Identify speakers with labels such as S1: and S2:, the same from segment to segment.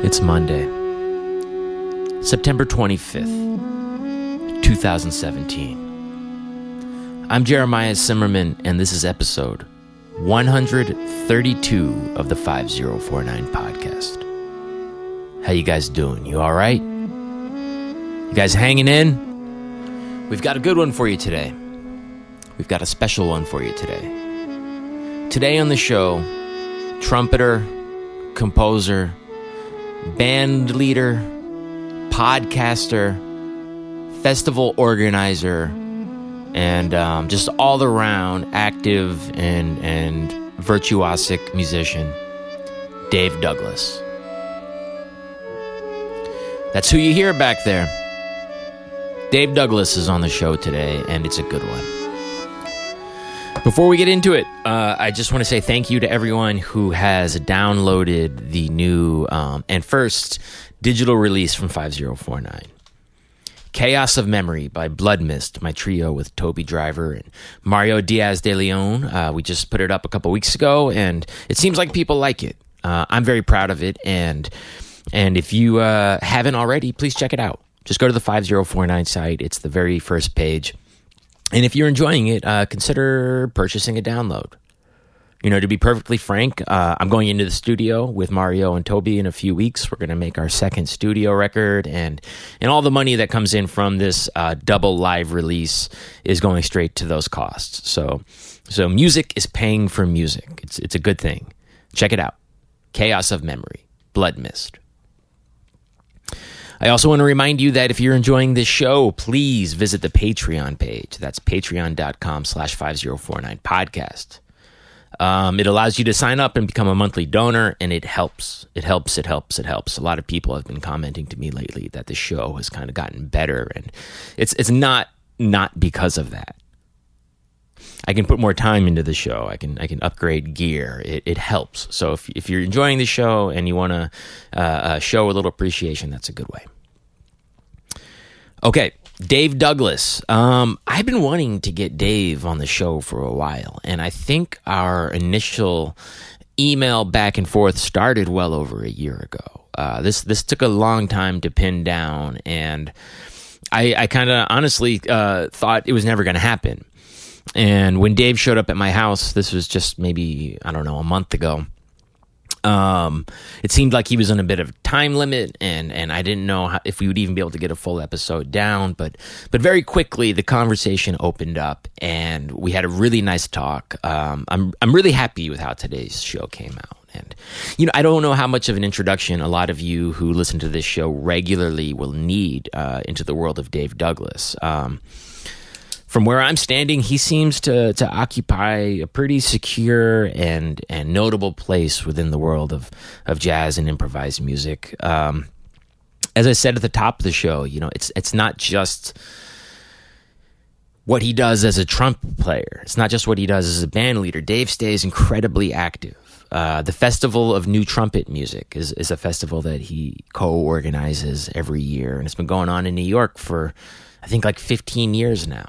S1: It's Monday, September 25th, 2017. I'm Jeremiah Zimmerman, and this is episode 132 of the 5049 podcast. How you guys doing? You all right? You guys hanging in? We've got a good one for you today. We've got a special one for you today. Today on the show, trumpeter, composer, band leader, podcaster, festival organizer, and um, just all around active and, and virtuosic musician, Dave Douglas. That's who you hear back there. Dave Douglas is on the show today, and it's a good one. Before we get into it, uh, I just want to say thank you to everyone who has downloaded the new um, and first digital release from 5049 Chaos of Memory by Blood Mist, my trio with Toby Driver and Mario Diaz de Leon. Uh, we just put it up a couple weeks ago, and it seems like people like it. Uh, I'm very proud of it, and and if you uh, haven't already, please check it out. Just go to the 5049 site, it's the very first page. And if you're enjoying it, uh, consider purchasing a download. You know, to be perfectly frank, uh, I'm going into the studio with Mario and Toby in a few weeks. We're going to make our second studio record, and and all the money that comes in from this uh, double live release is going straight to those costs. So, so music is paying for music. It's it's a good thing. Check it out. Chaos of Memory, Blood Mist. I also want to remind you that if you're enjoying this show, please visit the Patreon page. That's patreon.com slash 5049 podcast. Um, it allows you to sign up and become a monthly donor, and it helps. It helps. It helps. It helps. A lot of people have been commenting to me lately that the show has kind of gotten better, and it's it's not not because of that. I can put more time into the show. I can I can upgrade gear. It, it helps. So if if you're enjoying the show and you want to uh, uh, show a little appreciation, that's a good way. Okay, Dave Douglas. Um, I've been wanting to get Dave on the show for a while, and I think our initial email back and forth started well over a year ago. Uh, this this took a long time to pin down, and I, I kind of honestly uh, thought it was never going to happen. And when Dave showed up at my house, this was just maybe I don't know a month ago. Um, it seemed like he was on a bit of a time limit, and and I didn't know how, if we would even be able to get a full episode down. But but very quickly the conversation opened up, and we had a really nice talk. Um, I'm I'm really happy with how today's show came out. And, you know, I don't know how much of an introduction a lot of you who listen to this show regularly will need uh, into the world of Dave Douglas. Um, from where I'm standing, he seems to to occupy a pretty secure and and notable place within the world of of jazz and improvised music. Um, as I said at the top of the show, you know, it's it's not just what he does as a trumpet player. It's not just what he does as a band leader. Dave stays incredibly active. Uh, the Festival of New Trumpet Music is, is a festival that he co organizes every year, and it's been going on in New York for, I think, like 15 years now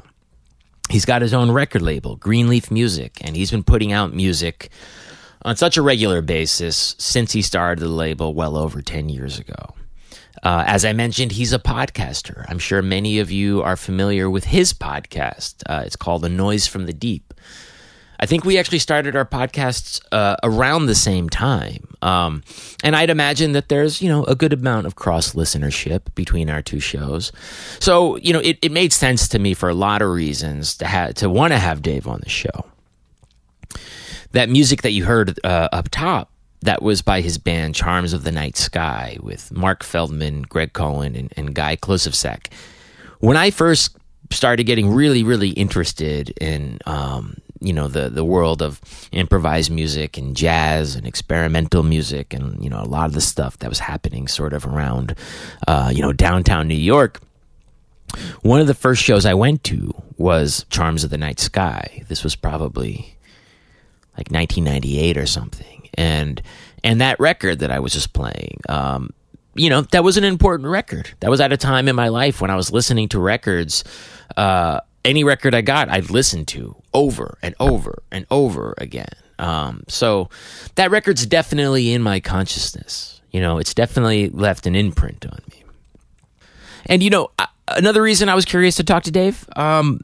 S1: he's got his own record label, Greenleaf Music, and he's been putting out music on such a regular basis since he started the label well over 10 years ago. Uh, as I mentioned, he's a podcaster. I'm sure many of you are familiar with his podcast. Uh, it's called The Noise from the Deep. I think we actually started our podcasts uh, around the same time. Um, and I'd imagine that there's, you know, a good amount of cross listenership between our two shows. So, you know, it, it made sense to me for a lot of reasons to ha- to want to have Dave on the show. That music that you heard uh, up top, that was by his band Charms of the Night Sky with Mark Feldman, Greg Cohen, and, and Guy Klosevsek. When I first started getting really, really interested in um, you know the the world of improvised music and jazz and experimental music and you know a lot of the stuff that was happening sort of around uh, you know downtown New York. One of the first shows I went to was Charms of the Night Sky. This was probably like 1998 or something, and and that record that I was just playing. Um, you know that was an important record. That was at a time in my life when I was listening to records uh, any record I got, I'd listen to over and over and over again. Um, so that record's definitely in my consciousness. You know, it's definitely left an imprint on me. And you know, I, another reason I was curious to talk to Dave. Um,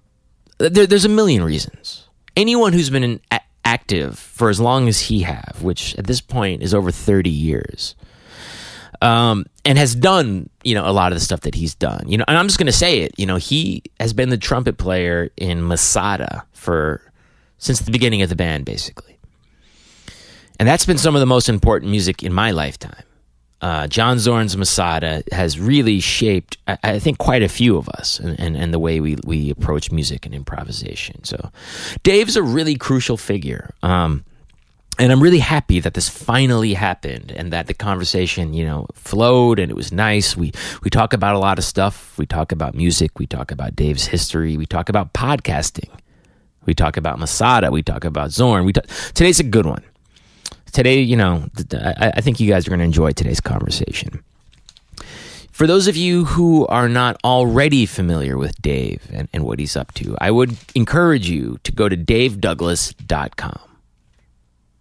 S1: there, there's a million reasons. Anyone who's been in, a- active for as long as he have, which at this point is over 30 years, um, and has done you know a lot of the stuff that he's done. You know, and I'm just gonna say it. You know, he has been the trumpet player in Masada for since the beginning of the band, basically. And that's been some of the most important music in my lifetime. Uh, John Zorn's Masada has really shaped, I, I think, quite a few of us and, and, and the way we, we approach music and improvisation. So, Dave's a really crucial figure. Um, and I'm really happy that this finally happened and that the conversation, you know, flowed and it was nice. We we talk about a lot of stuff. We talk about music, we talk about Dave's history, we talk about podcasting. We talk about Masada, we talk about Zorn. We talk, today's a good one. Today, you know, th- th- I, I think you guys are going to enjoy today's conversation. For those of you who are not already familiar with Dave and, and what he's up to, I would encourage you to go to davedouglas.com.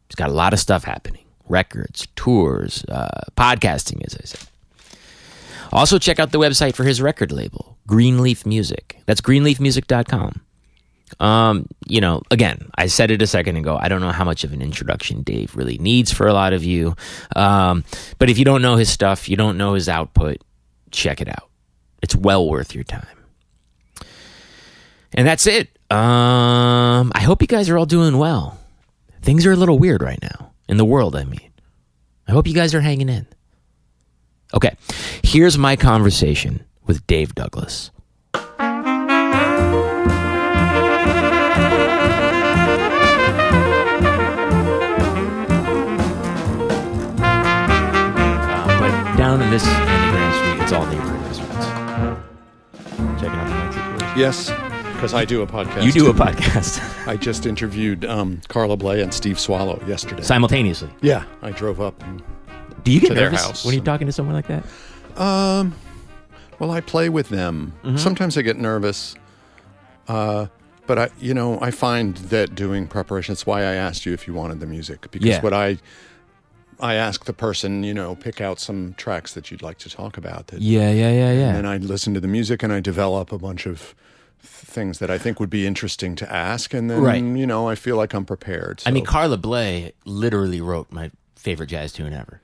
S1: He's got a lot of stuff happening records, tours, uh, podcasting, as I said. Also, check out the website for his record label, Greenleaf Music. That's greenleafmusic.com. Um, you know, again, I said it a second ago. I don't know how much of an introduction Dave really needs for a lot of you. Um, but if you don't know his stuff, you don't know his output, check it out. It's well worth your time. And that's it. Um, I hope you guys are all doing well. Things are a little weird right now in the world, I mean. I hope you guys are hanging in. Okay, here's my conversation with Dave Douglas. Uh, but down in this Underground Street, it's all neighborhood restaurants. Checking out the Mexican.
S2: Yes, because I do a podcast.
S1: You do a
S2: too.
S1: podcast
S2: I just interviewed um, Carla Bley and Steve Swallow yesterday.
S1: simultaneously.
S2: yeah, I drove up. And,
S1: Do you get
S2: To their
S1: nervous
S2: house.
S1: when you're talking to someone like that?
S2: um, well, I play with them.
S1: Mm-hmm.
S2: Sometimes I get nervous, uh, but I, you know, I find that doing preparation. That's why I asked you if you wanted the music because
S1: Yeah.
S2: what I, I ask the person, you know, pick out some tracks that you'd like to talk about. That,
S1: Yeah, yeah, yeah, yeah.
S2: And I listen to the music and I develop a bunch of things that I think would be interesting to ask, and then
S1: Right.
S2: you know, I feel like I'm prepared.
S1: I mean,
S2: so-
S1: Carla Bley literally wrote my favorite jazz tune ever,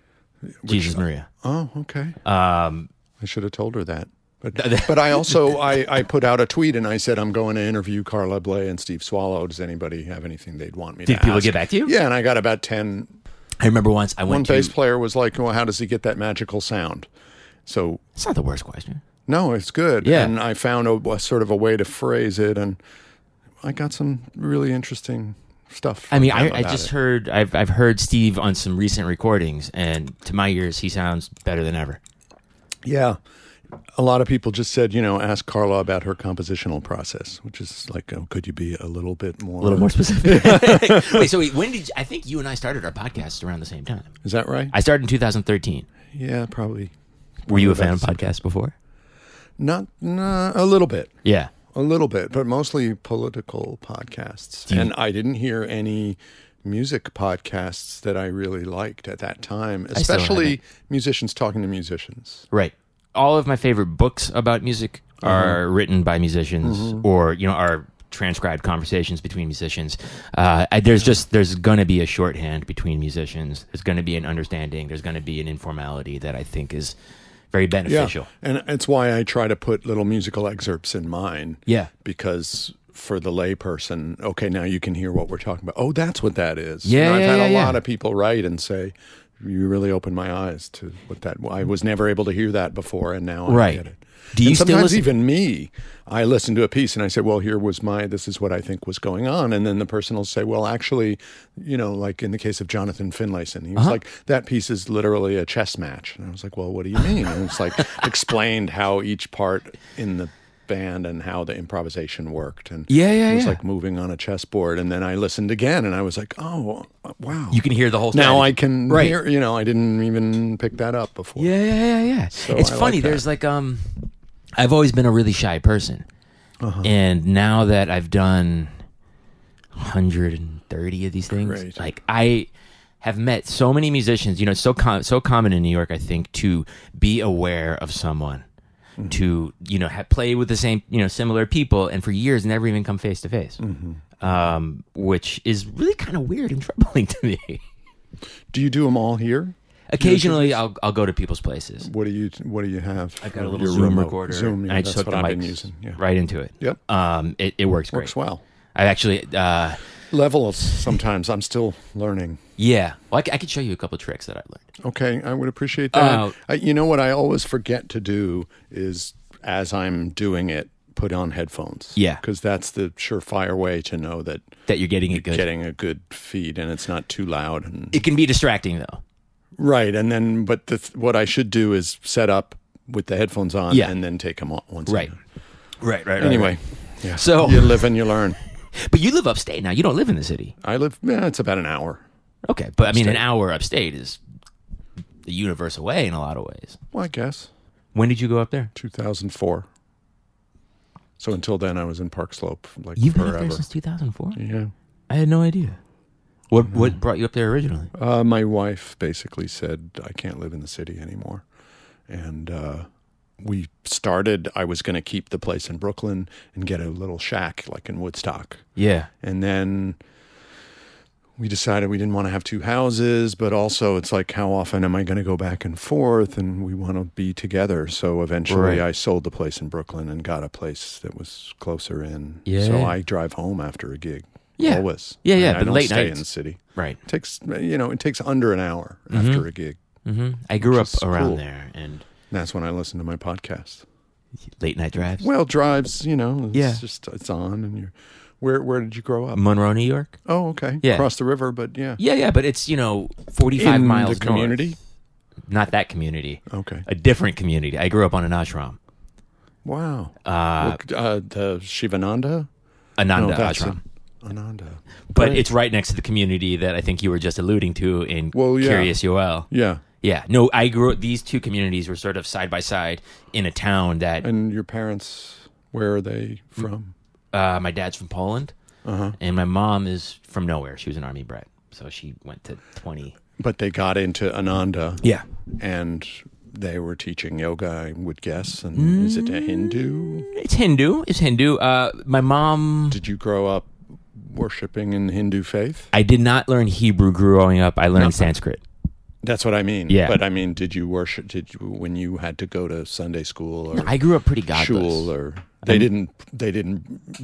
S1: Jesus Maria.
S2: Oh, okay.
S1: Um,
S2: I should have told her that. But, but I also I, I put out a tweet and I said I'm going to interview Carla Bley and Steve Swallow. Does anybody have anything they'd want me to?
S1: did people
S2: ask?
S1: get back to you?
S2: Yeah, and I got about ten.
S1: I remember once I
S2: One
S1: went
S2: bass
S1: to.
S2: player was like, "Well, how does he get that magical sound?" So
S1: It's not the worst question.
S2: no, it's good.
S1: Yeah.
S2: and I found a, a sort of a way to phrase it, and I got some really interesting stuff.
S1: I mean,
S2: from
S1: I,
S2: them
S1: I
S2: about
S1: just
S2: it.
S1: heard I've I've heard Steve on some recent recordings, and to my ears, he sounds better than ever.
S2: Yeah. A lot of people just said, you know, ask Carla about her compositional process, which is like, oh, could you be a little bit more?
S1: A little more specific. wait, so wait, when did you- I think you and I started our podcast around the same time?
S2: Is that right?
S1: I started in 2013.
S2: yeah, probably.
S1: Were you a
S2: About
S1: fan of
S2: the same
S1: podcasts before?
S2: Not nah, a little bit,
S1: Yeah.
S2: a little bit, but mostly political podcasts.
S1: you-
S2: and I didn't hear any music podcasts that I really liked at that time,
S1: still
S2: especially musicians talking to musicians.
S1: Right. All of my favorite books about music
S2: Uh-huh.
S1: are written by musicians,
S2: Mm-hmm.
S1: or you know, are transcribed conversations between musicians. Uh, I, there's just there's gonna be a shorthand between musicians. There's gonna be an understanding. There's gonna be an informality that I think is very beneficial.
S2: And it's why I try to put little musical excerpts in mine.
S1: Yeah.
S2: Because for the layperson, okay, now you can hear what we're talking about. Oh, that's what that is.
S1: Yeah,
S2: And I've
S1: yeah,
S2: had a
S1: yeah, yeah.
S2: lot of people write and say, you really opened my eyes to what that. I was never able to hear that before, and now I
S1: Right.
S2: get it.
S1: Do you
S2: and
S1: still
S2: sometimes
S1: listen-
S2: even me, I listen to a piece and I say, "Well, here was my. This is what I think was going on," and then the person will say, "Well, actually, you know, like in the case of Jonathan Finlayson, he was
S1: Uh-huh.
S2: like, that piece is literally a chess match," and I was like, "Well, what do you mean?" and it's like explained how each part in the band and how the improvisation worked, and
S1: Yeah, yeah,
S2: it was
S1: yeah.
S2: like moving on a chessboard, and then I listened again and I was like, "Oh, wow."
S1: You can hear the whole.
S2: now I
S1: strategy.
S2: can
S1: Right.
S2: hear, you know, I didn't even pick that up before.
S1: Yeah, yeah, yeah, yeah. it's
S2: I like
S1: funny.
S2: that.
S1: There's like um, I've always been a really shy person,
S2: Uh-huh.
S1: and now that I've done 130 of these things,
S2: Great.
S1: like I, have met so many musicians. You know, it's so com- so common in New York, I think, to be aware of someone,
S2: Mm-hmm.
S1: to you know, ha- play with the same you know similar people, and for years never even come face to face,
S2: Mm-hmm.
S1: Um, which is really kind of weird and troubling to me.
S2: Do you do them all here?
S1: Occasionally, I'll I'll go to people's places.
S2: What do you What do you have?
S1: I've got a little
S2: Your
S1: Zoom
S2: remote.
S1: recorder.
S2: Zoom.
S1: and
S2: Yeah,
S1: I just
S2: that's
S1: hook
S2: what
S1: the
S2: I've been
S1: mics
S2: using. Yeah.
S1: right into it.
S2: Yep.
S1: Um, it, it works great.
S2: Works well.
S1: I actually, uh,
S2: Levels sometimes. I'm still learning.
S1: yeah. Well, I, c- I could show you a couple of tricks that I learned.
S2: Okay, I would appreciate that.
S1: Uh,
S2: I, you know what I always forget to do is, as I'm doing it, put on headphones.
S1: Yeah.
S2: because that's the surefire way to know that
S1: That you're getting it good.
S2: getting a good feed and it's not too loud. And
S1: It can be distracting though.
S2: right, and then but the, th- what I should do is set up with the headphones on
S1: Yeah.
S2: and then take them off once.
S1: Right. Right. Right.
S2: Anyway, yeah.
S1: So-
S2: you live and you learn.
S1: But you live upstate now. You don't live in the city.
S2: I live. Yeah, it's about an hour.
S1: Okay. But I mean, an hour upstate is the universe away in a lot of ways.
S2: Well, I guess
S1: When did you go up there?
S2: 2004. So until then, I was in Park Slope like
S1: You've been
S2: forever.
S1: up there since 2004?
S2: yeah.
S1: I had no idea. Mm-hmm. What what brought you up there originally?
S2: Uh, my wife basically said, I can't live in the city anymore. And uh, we started, I was going to keep the place in Brooklyn and get a little shack like in Woodstock.
S1: Yeah.
S2: And then we decided we didn't want to have two houses, but also it's like, how often am I going to go back and forth? And we want to be together. So eventually
S1: Right.
S2: I sold the place in Brooklyn and got a place that was closer in.
S1: Yeah.
S2: So I drive home after a gig.
S1: Yeah.
S2: Always.
S1: Yeah, yeah,
S2: I, mean, I
S1: but
S2: don't
S1: late
S2: stay
S1: nights. Mm-hmm.
S2: in the city
S1: Right.
S2: takes you know it takes under an hour after a gig.
S1: hmm I grew up
S2: Which is
S1: around
S2: cool.
S1: there and
S2: That's when I listen to my podcast.
S1: late night drives.
S2: Well, drives, you know, it's
S1: Yeah.
S2: just it's on and you're where where did you grow up?
S1: Monroe, New York.
S2: Oh, okay.
S1: Yeah.
S2: Across the river, but yeah.
S1: Yeah, yeah, but it's you know forty five
S2: In
S1: miles
S2: the
S1: north.
S2: community?
S1: Not that community,
S2: Okay.
S1: a different community. I grew up on an ashram,
S2: Wow.
S1: uh,
S2: Look, uh the Shivananda?
S1: Ananda
S2: Oh, that's
S1: ashram,
S2: a- Ananda.
S1: but
S2: Great.
S1: it's right next to the community that I think you were just alluding to in
S2: Well, yeah.
S1: Curious Yoel.
S2: Yeah.
S1: Yeah, no, I grew. These two communities were sort of side by side in a town that
S2: And your parents where are they from?
S1: uh, my dad's from Poland,
S2: Uh-huh.
S1: and my mom is from nowhere. She was an army brat, so she went to twenty.
S2: But they got into Ananda
S1: Yeah,
S2: and they were teaching yoga, I would guess. And is it a Hindu?
S1: it's Hindu. It's Hindu. Uh, my mom.
S2: Did you grow up worshiping in the Hindu faith?
S1: I did not learn Hebrew growing up. I learned Sanskrit.
S2: That's what I mean.
S1: Yeah.
S2: But I mean, did you worship? Did you when you had to go to Sunday school or
S1: I grew up pretty godless.
S2: shul or they didn't they didn't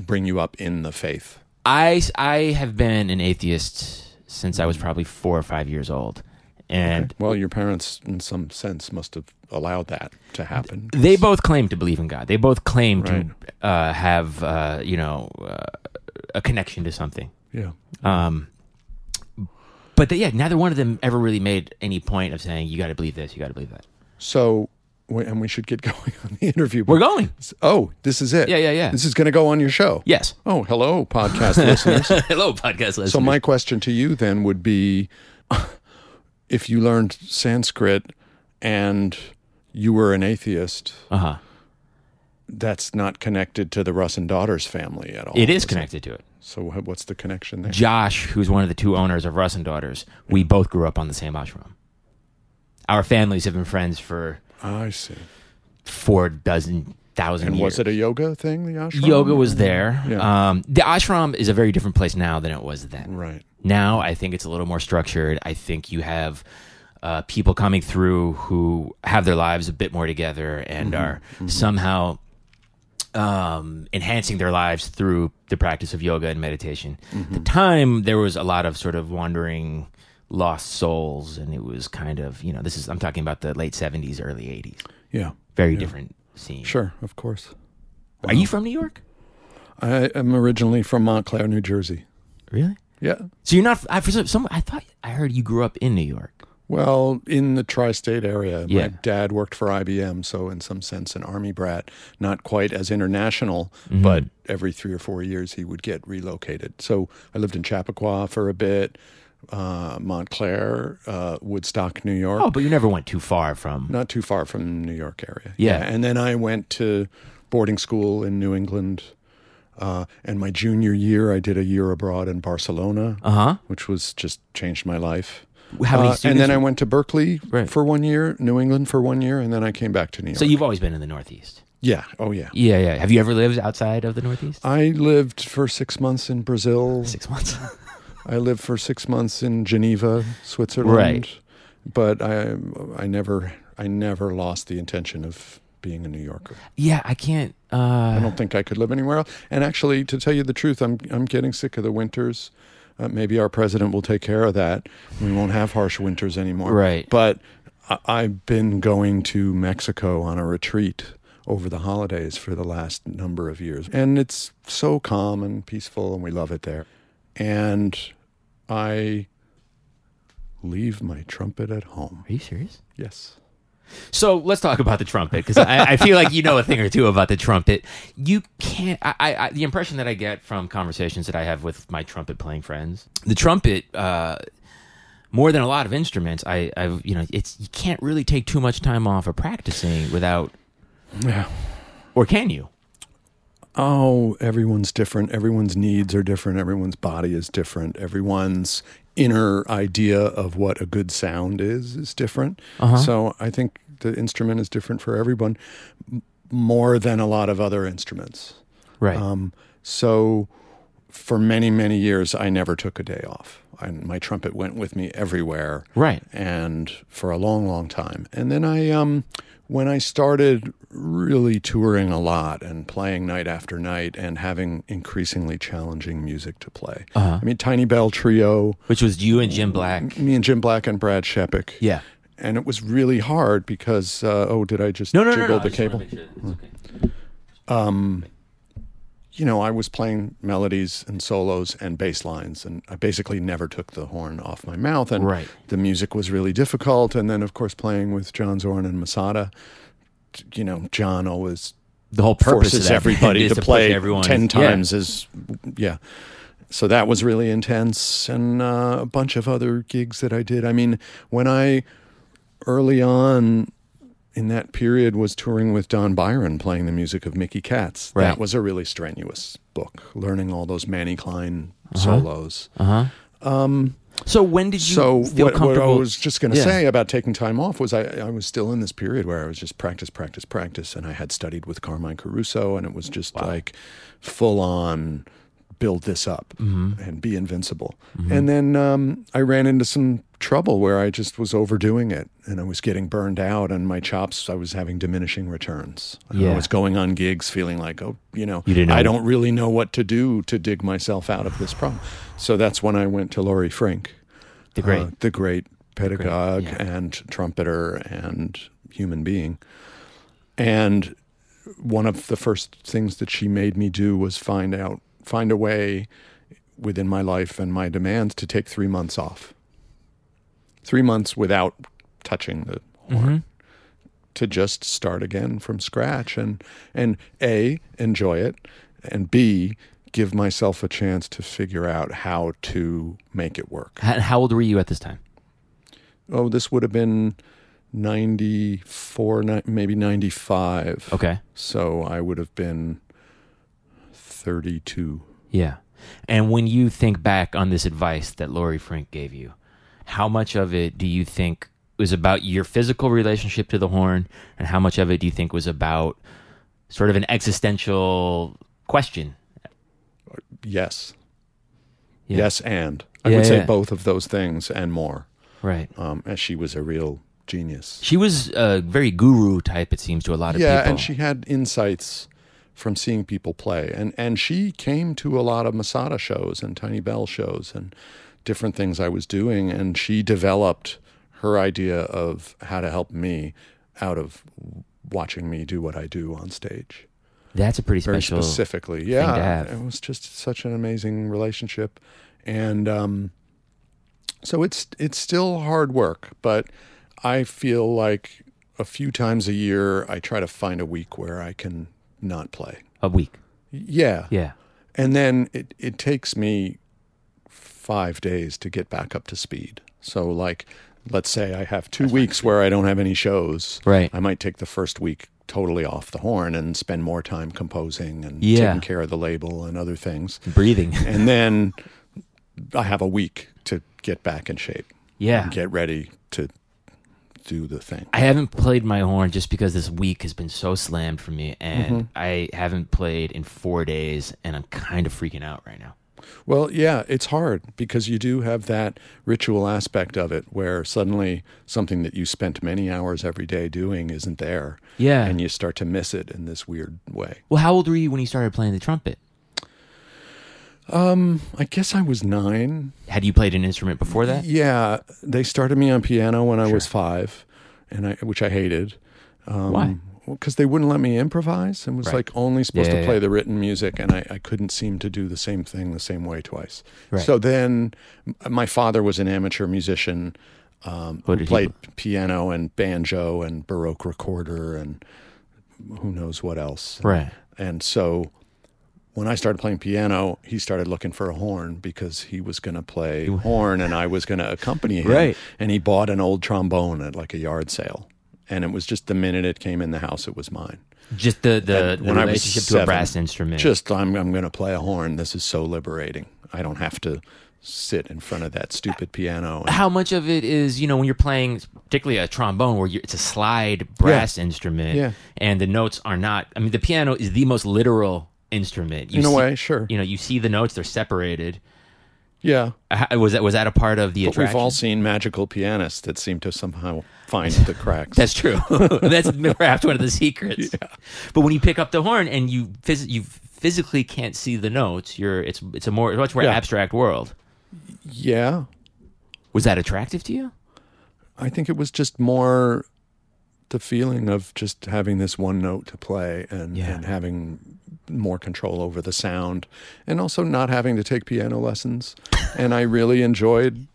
S2: bring you up in the faith?
S1: I, I have been an atheist since I was probably four or five years old. And
S2: Well, your parents, in some sense, must have allowed that to happen.
S1: they both claim to believe in God. They both claim
S2: Right.
S1: to uh, have, uh, you know, uh, a connection to something.
S2: Yeah.
S1: Um, but they, yeah, neither one of them ever really made any point of saying, you got to believe this, you got to believe that.
S2: So, we- and we should get going on the interview.
S1: We're going.
S2: Oh, this is it.
S1: Yeah, yeah, yeah.
S2: This is going to go on your show.
S1: Yes.
S2: Oh, hello, podcast listeners.
S1: Hello, podcast listeners.
S2: So my question to you then would be if you learned Sanskrit and you were an atheist,
S1: uh-huh.
S2: that's not connected to the Russ and Daughters family at all.
S1: It is
S2: it?
S1: connected to it.
S2: So wh- what's the connection there?
S1: Josh, who's one of the two owners of Russ and Daughters, we both grew up on the same ashram. Our families have been friends for
S2: I see.
S1: four dozen thousand
S2: And
S1: years.
S2: was it a yoga thing, the ashram?
S1: Yoga was there.
S2: Yeah.
S1: Um, the ashram is a very different place now than it was then.
S2: Right.
S1: Now I think it's a little more structured. I think you have uh, people coming through who have their lives a bit more together and are somehow um, enhancing their lives through the practice of yoga and meditation. At the time, there was a lot of sort of wandering lost souls, and it was kind of you know this is I'm talking about the late 70s, early 80s.
S2: Yeah.
S1: Very different scene.
S2: Sure, of course.
S1: Are you from New York?
S2: I am originally from Montclair, New Jersey.
S1: Really?
S2: Yeah.
S1: So you're not I for some, some I thought I heard you grew up in New York.
S2: Well, in the tri state area,
S1: Yeah.
S2: my dad worked for IBM, so in some sense, an army brat, not quite as international,
S1: Mm-hmm.
S2: but every three or four years he would get relocated. So I lived in Chappaqua for a bit, uh, Montclair, uh, Woodstock, New York,
S1: Oh, but you never went too far from
S2: not too far from New York area.
S1: Yeah.
S2: And then I went to boarding school in New England. Uh, and my junior year, I did a year abroad in Barcelona,
S1: Uh-huh.
S2: which was just changed my life.
S1: How many
S2: Uh, and
S1: students?
S2: then I went to Berkeley
S1: Right.
S2: for one year, New England for one year, and then I came back to New York.
S1: so you've always been in the Northeast.
S2: yeah, oh yeah.
S1: Yeah, yeah. Have you ever lived outside of the Northeast?
S2: I lived for six months in Brazil.
S1: Six months.
S2: I lived for six months in Geneva, Switzerland.
S1: Right.
S2: But I, I never, I never lost the intention of being a New Yorker.
S1: yeah, I can't. Uh,
S2: I don't think I could live anywhere else. And actually, to tell you the truth, I'm I'm getting sick of the winters. Uh, maybe our president will take care of that. We won't have harsh winters anymore.
S1: Right.
S2: But I, I've been going to Mexico on a retreat over the holidays for the last number of years, and it's so calm and peaceful, and we love it there. And I leave my trumpet at home.
S1: Are you serious?
S2: Yes.
S1: So let's talk about the trumpet because I, I feel like you know a thing or two about the trumpet. You can't. I, I, I, the impression that I get from conversations that I have with my trumpet playing friends, the trumpet, uh, more than a lot of instruments, I, I've you know, it's you can't really take too much time off of practicing without,
S2: Yeah.
S1: or can you?
S2: oh, everyone's different. Everyone's needs are different. Everyone's body is different. Everyone's inner idea of what a good sound is is different. So I think the instrument is different for everyone m- more than a lot of other instruments.
S1: Right.
S2: Um, so for many, many years, I never took a day off. I, my trumpet went with me everywhere
S1: right.
S2: and for a long, long time. And then I, um, when I started really touring a lot and playing night after night and having increasingly challenging music to play. I mean, Tiny Bell Trio,
S1: Which was you and Jim Black.
S2: me and Jim Black and Brad Shepik.
S1: Yeah.
S2: And it was really hard because, uh, oh, did I just
S1: No, no, no,
S2: jiggle
S1: no. I
S2: the
S1: just wanna
S2: cable? Hmm.
S1: make
S2: Um,
S1: sure that it's okay.
S2: you know, I was playing melodies and solos and bass lines, and I basically never took the horn off my mouth. And
S1: Right.
S2: the music was really difficult. And then, of course, playing with John Zorn and Masada, t- you know, John always
S1: The whole purpose of
S2: forces
S1: that
S2: everybody
S1: is
S2: to,
S1: push
S2: play
S1: everyone.
S2: 10
S1: Yeah.
S2: times as yeah so that was really intense and uh, a bunch of other gigs that i did i mean when i early on in that period was touring with don byron playing the music of mickey katz
S1: Right.
S2: that was a really strenuous book learning all those manny klein
S1: Uh-huh.
S2: solos Um,
S1: So when did you
S2: so
S1: feel
S2: what, what I
S1: comfortable?
S2: was just going to
S1: Yeah.
S2: say about taking time off was I, I was still in this period where I was just practice, practice, practice, and I had studied with Carmine Caruso, and it was just like full on build this up
S1: Mm-hmm.
S2: and be invincible. And then um, I ran into some trouble where I just was overdoing it, and I was getting burned out, and my chops I was having diminishing returns. And
S1: Yeah.
S2: I was going on gigs feeling like oh you know
S1: You didn't
S2: I
S1: know-
S2: don't really know what to do to dig myself out of this problem. So that's when I went to Laurie Frank
S1: the great.
S2: uh, the great pedagogue
S1: yeah.
S2: and trumpeter and human being. And one of the first things that she made me do was find out, find a way within my life and my demands to take three months off. Three months without touching the horn.
S1: Mm-hmm.
S2: To just start again from scratch and and a enjoy it and b give myself a chance to figure out how to make it work.
S1: How, how old were you at this time?
S2: oh, this would have been 94, ni- maybe 95.
S1: Okay.
S2: So I would have been 32.
S1: Yeah. And when you think back on this advice that Lori Frank gave you, how much of it do you think was about your physical relationship to the horn and how much of it do you think was about sort of an existential question?
S2: Yes.
S1: Yeah.
S2: Yes, and I
S1: Yeah,
S2: would say
S1: yeah.
S2: both of those things and more.
S1: Right.
S2: Um, and she was a real genius.
S1: She was a very guru type it seems to a lot of
S2: yeah,
S1: people.
S2: and she had insights from seeing people play, and and she came to a lot of Masada shows and Tiny Bell shows and different things I was doing, and she developed her idea of how to help me out of watching me do what I do on stage
S1: That's a pretty
S2: very
S1: special
S2: specifically. Yeah,
S1: have.
S2: it was just such an amazing relationship, and um, so it's it's still hard work, but I feel like a few times a year I try to find a week where I can not play.
S1: a week.
S2: Yeah,
S1: Yeah.
S2: and then it it takes me five days to get back up to speed. So like. Let's say I have two weeks where I don't have any shows.
S1: Right.
S2: I might take the first week totally off the horn and spend more time composing and
S1: Yeah.
S2: taking care of the label and other things.
S1: Breathing.
S2: And then I have a week to get back in shape.
S1: Yeah.
S2: get ready to do the thing.
S1: I haven't played my horn just because this week has been so slammed for me,
S2: Mm-hmm.
S1: and I haven't played in four days, and I'm kind of freaking out right now.
S2: Well, yeah, it's hard because you do have that ritual aspect of it where suddenly something that you spent many hours every day doing isn't there.
S1: Yeah.
S2: And you start to miss it in this weird way.
S1: Well, how old were you when you started playing the trumpet?
S2: Um, I guess I was nine.
S1: Had you played an instrument before that?
S2: Yeah, they started me on piano when I was five, and I which I hated. Um,
S1: Why?
S2: Because they wouldn't let me improvise and was
S1: Right.
S2: like only supposed
S1: Yeah,
S2: to play
S1: yeah.
S2: the written music, and I, I couldn't seem to do the same thing the same way twice.
S1: Right.
S2: So then m- my father was an amateur musician um,
S1: What
S2: who
S1: did he
S2: played piano and banjo and Baroque recorder and who knows what else.
S1: Right.
S2: And so when I started playing piano, he started looking for a horn because he was going to play horn and I was going to accompany him.
S1: Right.
S2: And he bought an old trombone at like a yard sale. And it was just the minute it came in the house, it was mine.
S1: Just the the,
S2: And
S1: the
S2: when I was
S1: relationship to a
S2: seven,
S1: brass instrument.
S2: Just, I'm, I'm going to play a horn. This is so liberating. I don't have to sit in front of that stupid piano. And,
S1: how much of it is you know when you're playing particularly a trombone where you it's a slide brass instrument
S2: Yeah.
S1: and the notes are not i mean the piano is the most literal instrument you
S2: in a
S1: see-
S2: way, sure.
S1: you know you see the notes they're separated
S2: Yeah.
S1: Uh, how- was that was that a part of the
S2: But we've
S1: attraction
S2: all seen magical pianists that seem to somehow find the cracks.
S1: that's true that's perhaps one of the secrets but when you pick up the horn and you phys- you physically can't see the notes you're it's it's a more much more
S2: Yeah.
S1: abstract world
S2: yeah.
S1: was that attractive to you
S2: I think it was just more the feeling of just having this one note to play and,
S1: Yeah.
S2: and having more control over the sound and also not having to take piano lessons. and I really enjoyed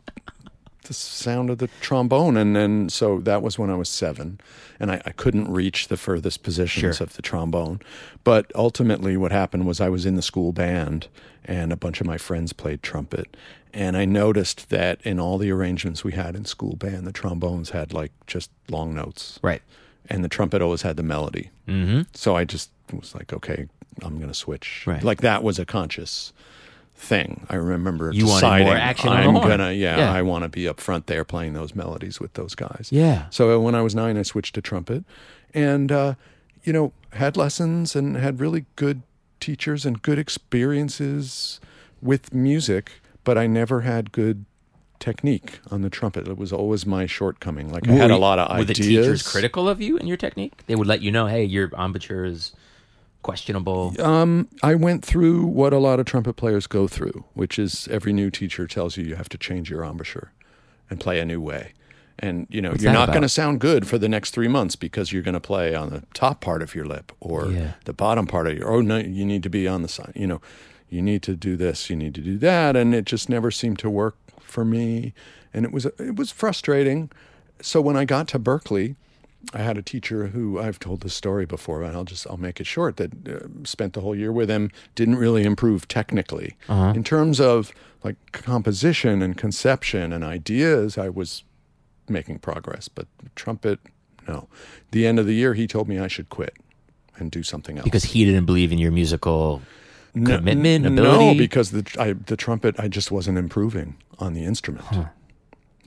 S2: the sound of the trombone. And then, so that was when I was seven and I, I couldn't reach the furthest positions
S1: Sure.
S2: of the trombone. But ultimately, what happened was I was in the school band and a bunch of my friends played trumpet. And I noticed that in all the arrangements we had in school band, the trombones had like just long notes
S1: right
S2: and the trumpet always had the melody.
S1: mm-hmm
S2: So I just was like, okay, I'm going to switch.
S1: Right.
S2: Like that was a conscious thing. I remember
S1: You wanted more
S2: deciding
S1: action on the
S2: I'm
S1: horn.
S2: gonna, yeah,
S1: Yeah.
S2: I want to be up front there playing those melodies with those guys.
S1: yeah
S2: So uh, when I was nine, I switched to trumpet, and uh, you know had lessons and had really good teachers and good experiences with music, but I never had good technique on the trumpet. It was always my shortcoming. Like I had
S1: Were
S2: a
S1: you-
S2: lot of
S1: Were
S2: ideas.
S1: the teachers critical of you and your technique? They would let you know, hey, your embouchure is questionable.
S2: Um, I went through what a lot of trumpet players go through, which is every new teacher tells you you have to change your embouchure and play a new way. And you know you're
S1: that
S2: not going to
S1: about?
S2: sound good for the next three months because you're going to play on the top part of your lip or
S1: Yeah.
S2: the bottom part of your. Oh no, you need to be on the side. You know, you need to do this. You need to do that, and it just never seemed to work for me. And it was it was frustrating. So when I got to Berkeley, I had a teacher who I've told this story before, and I'll just I'll make it short. That uh, spent the whole year with him, didn't really improve technically in terms of like composition and conception and ideas. I was making progress, but trumpet, no. The end of the year, he told me I should quit and do something else
S1: Because he didn't believe in your musical
S2: no,
S1: commitment,
S2: n-
S1: ability?
S2: No, because the I, the trumpet, I just wasn't improving on the instrument.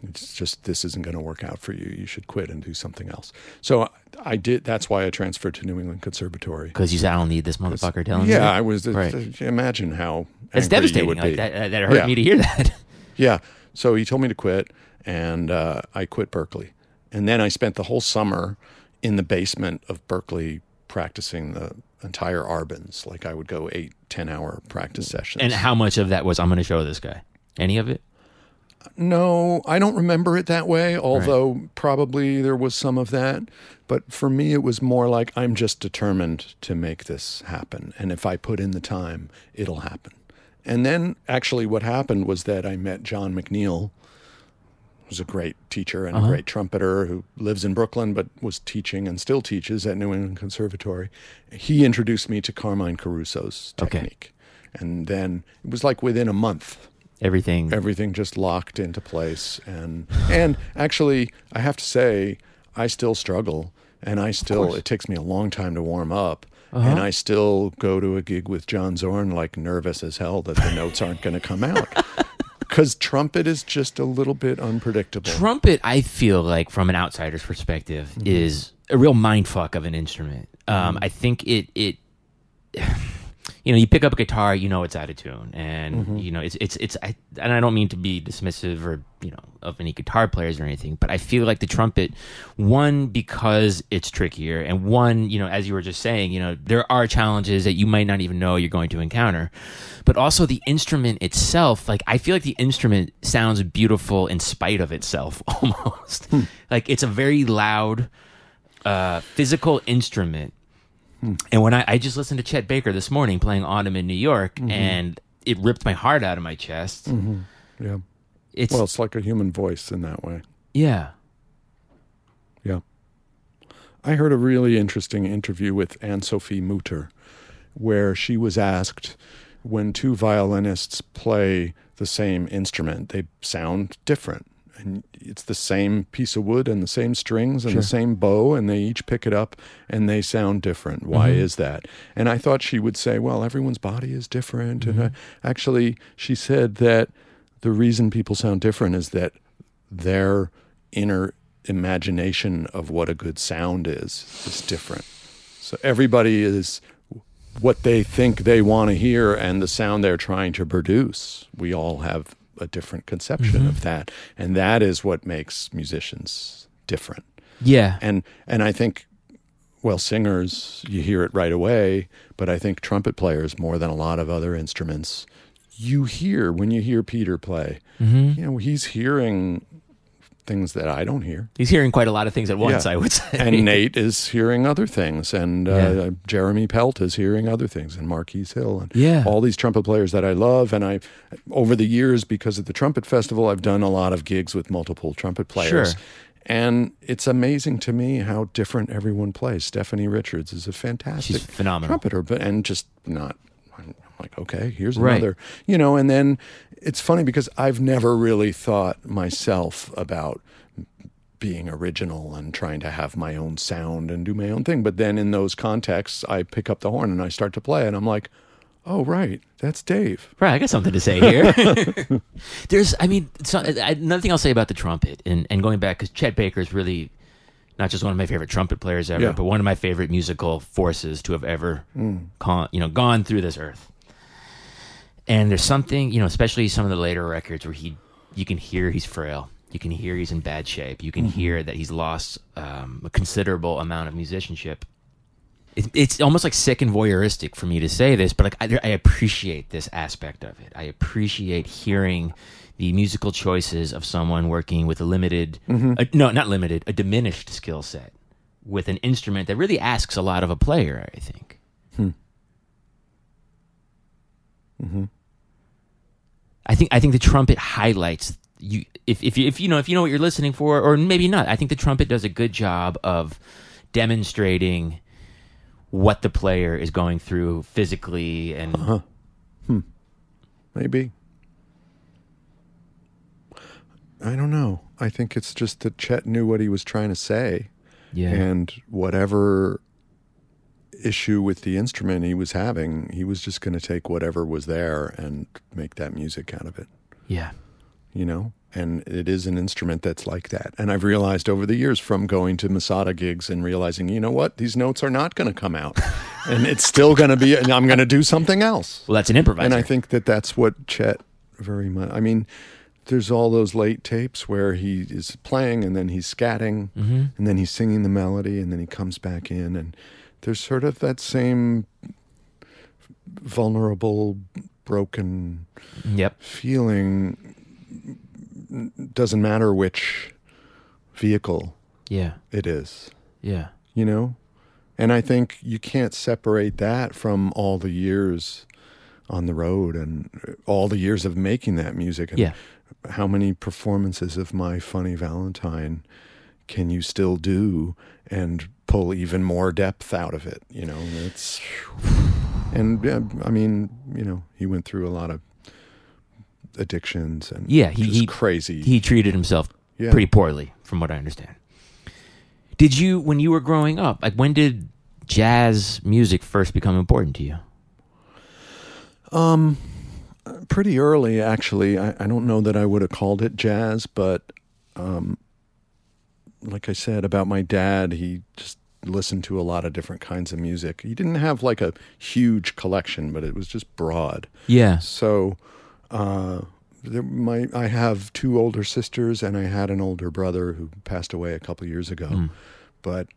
S2: It's just this isn't going to work out for you. You should quit and do something else. So I, I did. That's why I transferred to New England Conservatory.
S1: because you said, I don't need this motherfucker telling
S2: Yeah,
S1: me.
S2: I was.
S1: Right.
S2: Imagine how
S1: That's
S2: angry you
S1: devastating.
S2: would
S1: Like,
S2: be.
S1: that, that that hurt
S2: Yeah.
S1: me to hear that.
S2: Yeah. So he told me to quit, and uh, I quit Berkeley. And then I spent the whole summer in the basement of Berkeley practicing the entire Arbins. Like I would go eight, 10 hour practice sessions.
S1: and how much of that was, I'm going to show this guy? Any of it?
S2: No, I don't remember it that way, although probably there was some of that. But for me, it was more like I'm just determined to make this happen. And if I put in the time, it'll happen. And then actually, what happened was that I met John McNeil, who's a great teacher and a great trumpeter who lives in Brooklyn but was teaching and still teaches at New England Conservatory. He introduced me to Carmine Caruso's
S1: Okay.
S2: technique. And then it was like within a month
S1: Everything.
S2: everything just locked into place and and actually I have to say I still struggle and I still it takes me a long time to warm up and I still go to a gig with John Zorn like nervous as hell that the notes aren't going to come out because trumpet is just a little bit unpredictable.
S1: trumpet i feel like from an outsider's perspective is a real mindfuck of an instrument um, i think it it you know you pick up a guitar you know it's out of tune and you know it's it's it's I, and i don't mean to be dismissive or you know of any guitar players or anything but i feel like the trumpet one because it's trickier and one you know as you were just saying you know there are challenges that you might not even know you're going to encounter but also the instrument itself like i feel like the instrument sounds beautiful in spite of itself almost like it's a very loud uh, physical instrument and when I, I just listened to Chet Baker this morning playing Autumn in New York,
S2: Mm-hmm.
S1: and it ripped my heart out of my chest.
S2: yeah.
S1: It's
S2: Mm-hmm. Well, it's like a human voice in that way.
S1: yeah,
S2: Yeah. I heard a really interesting interview with Anne Sophie Mutter where she was asked when two violinists play the same instrument, they sound different. And it's the same piece of wood and the same strings and the same bow, and they each pick it up and they sound different. Why is that? And I thought she would say, well, everyone's body is different. And I, actually, she said that the reason people sound different is that their inner imagination of what a good sound is is different. So everybody is what they think they want to hear and the sound they're trying to produce. We all have a different conception of that, and that is what makes musicians different.
S1: yeah,
S2: And and I think well singers you hear it right away, but I think trumpet players more than a lot of other instruments you hear when you hear Peter play. You know, he's hearing things that I don't hear
S1: he's hearing quite a lot of things at once.
S2: Yeah.
S1: I would say.
S2: and Nate is hearing other things, and uh,
S1: Yeah.
S2: Jeremy Pelt is hearing other things, and Marquise Hill, and
S1: Yeah.
S2: all these trumpet players that I love. And I, over the years, because of the trumpet festival, I've done a lot of gigs with multiple trumpet players.
S1: Sure.
S2: And it's amazing to me how different everyone plays. Stephanie Richards is a fantastic
S1: She's phenomenal.
S2: trumpeter, but and just not. I'm like, okay, here's
S1: Right.
S2: another, you know. And then it's funny because I've never really thought myself about being original and trying to have my own sound and do my own thing. But then in those contexts, I pick up the horn and I start to play, and I'm like, oh, right, that's Dave.
S1: Right, I got something to say here. There's, I mean, so, I, another thing I'll say about the trumpet, and, and going back, because Chet Baker is really not just one of my favorite trumpet players ever,
S2: Yeah.
S1: but one of my favorite musical forces to have ever, con, you know, gone through this earth. And there's something, you know, especially some of the later records where he, you can hear he's frail. You can hear he's in bad shape. You can hear that he's lost um, a considerable amount of musicianship it, it's almost like sick and voyeuristic for me to say this, but like I, I appreciate this aspect of it. I appreciate hearing the musical choices of someone working with a limited, uh, no, not limited, a diminished skill set with an instrument that really asks a lot of a player. I think. I think I think the trumpet highlights you if if you, if you know if you know what you're listening for or maybe not. I think the trumpet does a good job of demonstrating what the player is going through physically and
S2: Uh-huh. Maybe. I don't know. I think it's just that Chet knew what he was trying to say.
S1: yeah.
S2: and whatever issue with the instrument he was having, he was just going to take whatever was there and make that music out of it,
S1: yeah.
S2: you know? And it is an instrument that's like that. And I've realized over the years from going to Masada gigs and realizing, you know what, these notes are not going to come out. and it's still going to be, and I'm going to do something else.
S1: Well, that's an improviser.
S2: And I think that that's what Chet very much. I mean, there's all those late tapes where he is playing and then he's scatting
S1: Mm-hmm.
S2: and then he's singing the melody and then he comes back in and there's sort of that same vulnerable, broken
S1: yep.
S2: feeling. Doesn't matter which vehicle
S1: Yeah.
S2: it is
S1: Yeah.
S2: you know? And I think you can't separate that from all the years on the road and all the years of making that music. And
S1: Yeah.
S2: How many performances of My Funny Valentine can you still do and pull even more depth out of it? You know, it's. And yeah, I mean, you know, he went through a lot of addictions and
S1: Yeah, he-
S2: just
S1: he-
S2: crazy.
S1: He treated himself
S2: Yeah.
S1: pretty poorly, from what I understand. Did you, when you were growing up, like when did jazz music first become important to you?
S2: pretty early, actually. I, I don't know that I would have called it jazz, but um, like I said about my dad, he just listened to a lot of different kinds of music. He didn't have like a huge collection, but it was just broad.
S1: Yeah.
S2: So, uh, there, my I have two older sisters, and I had an older brother who passed away a couple years ago.
S1: Mm-hmm.
S2: But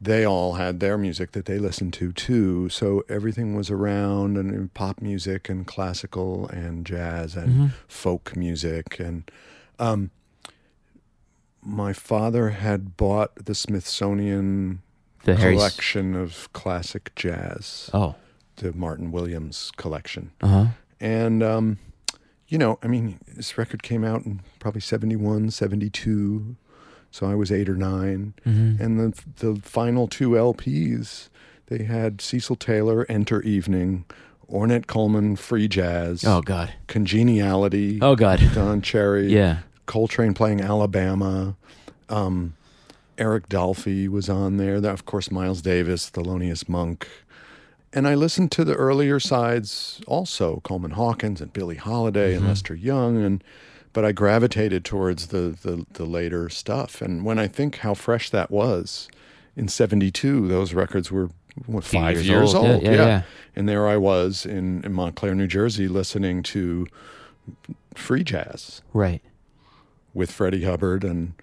S2: they all had their music that they listened to too. So everything was around, and pop music, and classical, and jazz,
S1: Mm-hmm.
S2: and folk music, and um, my father had bought the Smithsonian
S1: The Harry. S-
S2: collection of classic jazz
S1: Oh.
S2: the Martin Williams collection.
S1: Uh huh.
S2: And, um, you know, I mean, this record came out in probably 71, 72. So I was eight or 9
S1: Mm-hmm.
S2: And the, the final two LPs, they had Cecil Taylor, Enter Evening, Ornette Coleman, Free Jazz,
S1: Oh God.
S2: Congeniality,
S1: Oh God.
S2: Don Cherry,
S1: Yeah.
S2: Coltrane playing Alabama. Um, Eric Dolphy was on there. That, of course, Miles Davis, Thelonious Monk. And I listened to the earlier sides also, Coleman Hawkins and Billie Holiday
S1: Mm-hmm.
S2: and Lester Young. And but I gravitated towards the, the the later stuff. And when I think how fresh that was in '72, those records were what,
S1: Few
S2: five
S1: years
S2: years
S1: old.
S2: old.
S1: Yeah, yeah, yeah.
S2: And there I was in, in Montclair, New Jersey, listening to free jazz
S1: Right.
S2: with Freddie Hubbard, and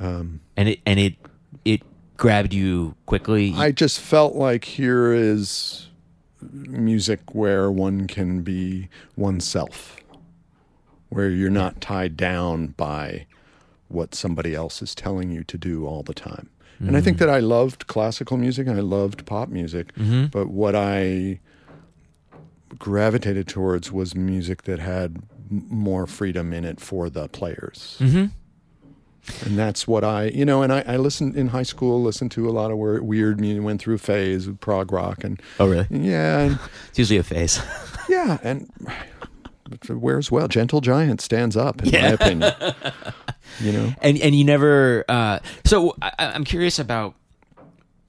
S1: And it and it it grabbed you quickly.
S2: I just felt like here is music where one can be oneself, where you're not tied down by what somebody else is telling you to do all the time. And I think that I loved classical music and I loved pop music, but what I gravitated towards was music that had m- more freedom in it for the players. And that's what I, you know, and I, I listened in high school, listened to a lot of weird, weird music, went through a phase of prog rock and
S1: oh really?
S2: yeah, and
S1: It's usually a phase.
S2: yeah, and where's well, Gentle Giant stands up in my opinion. You know,
S1: and and you never. Uh, so I, I- I'm curious about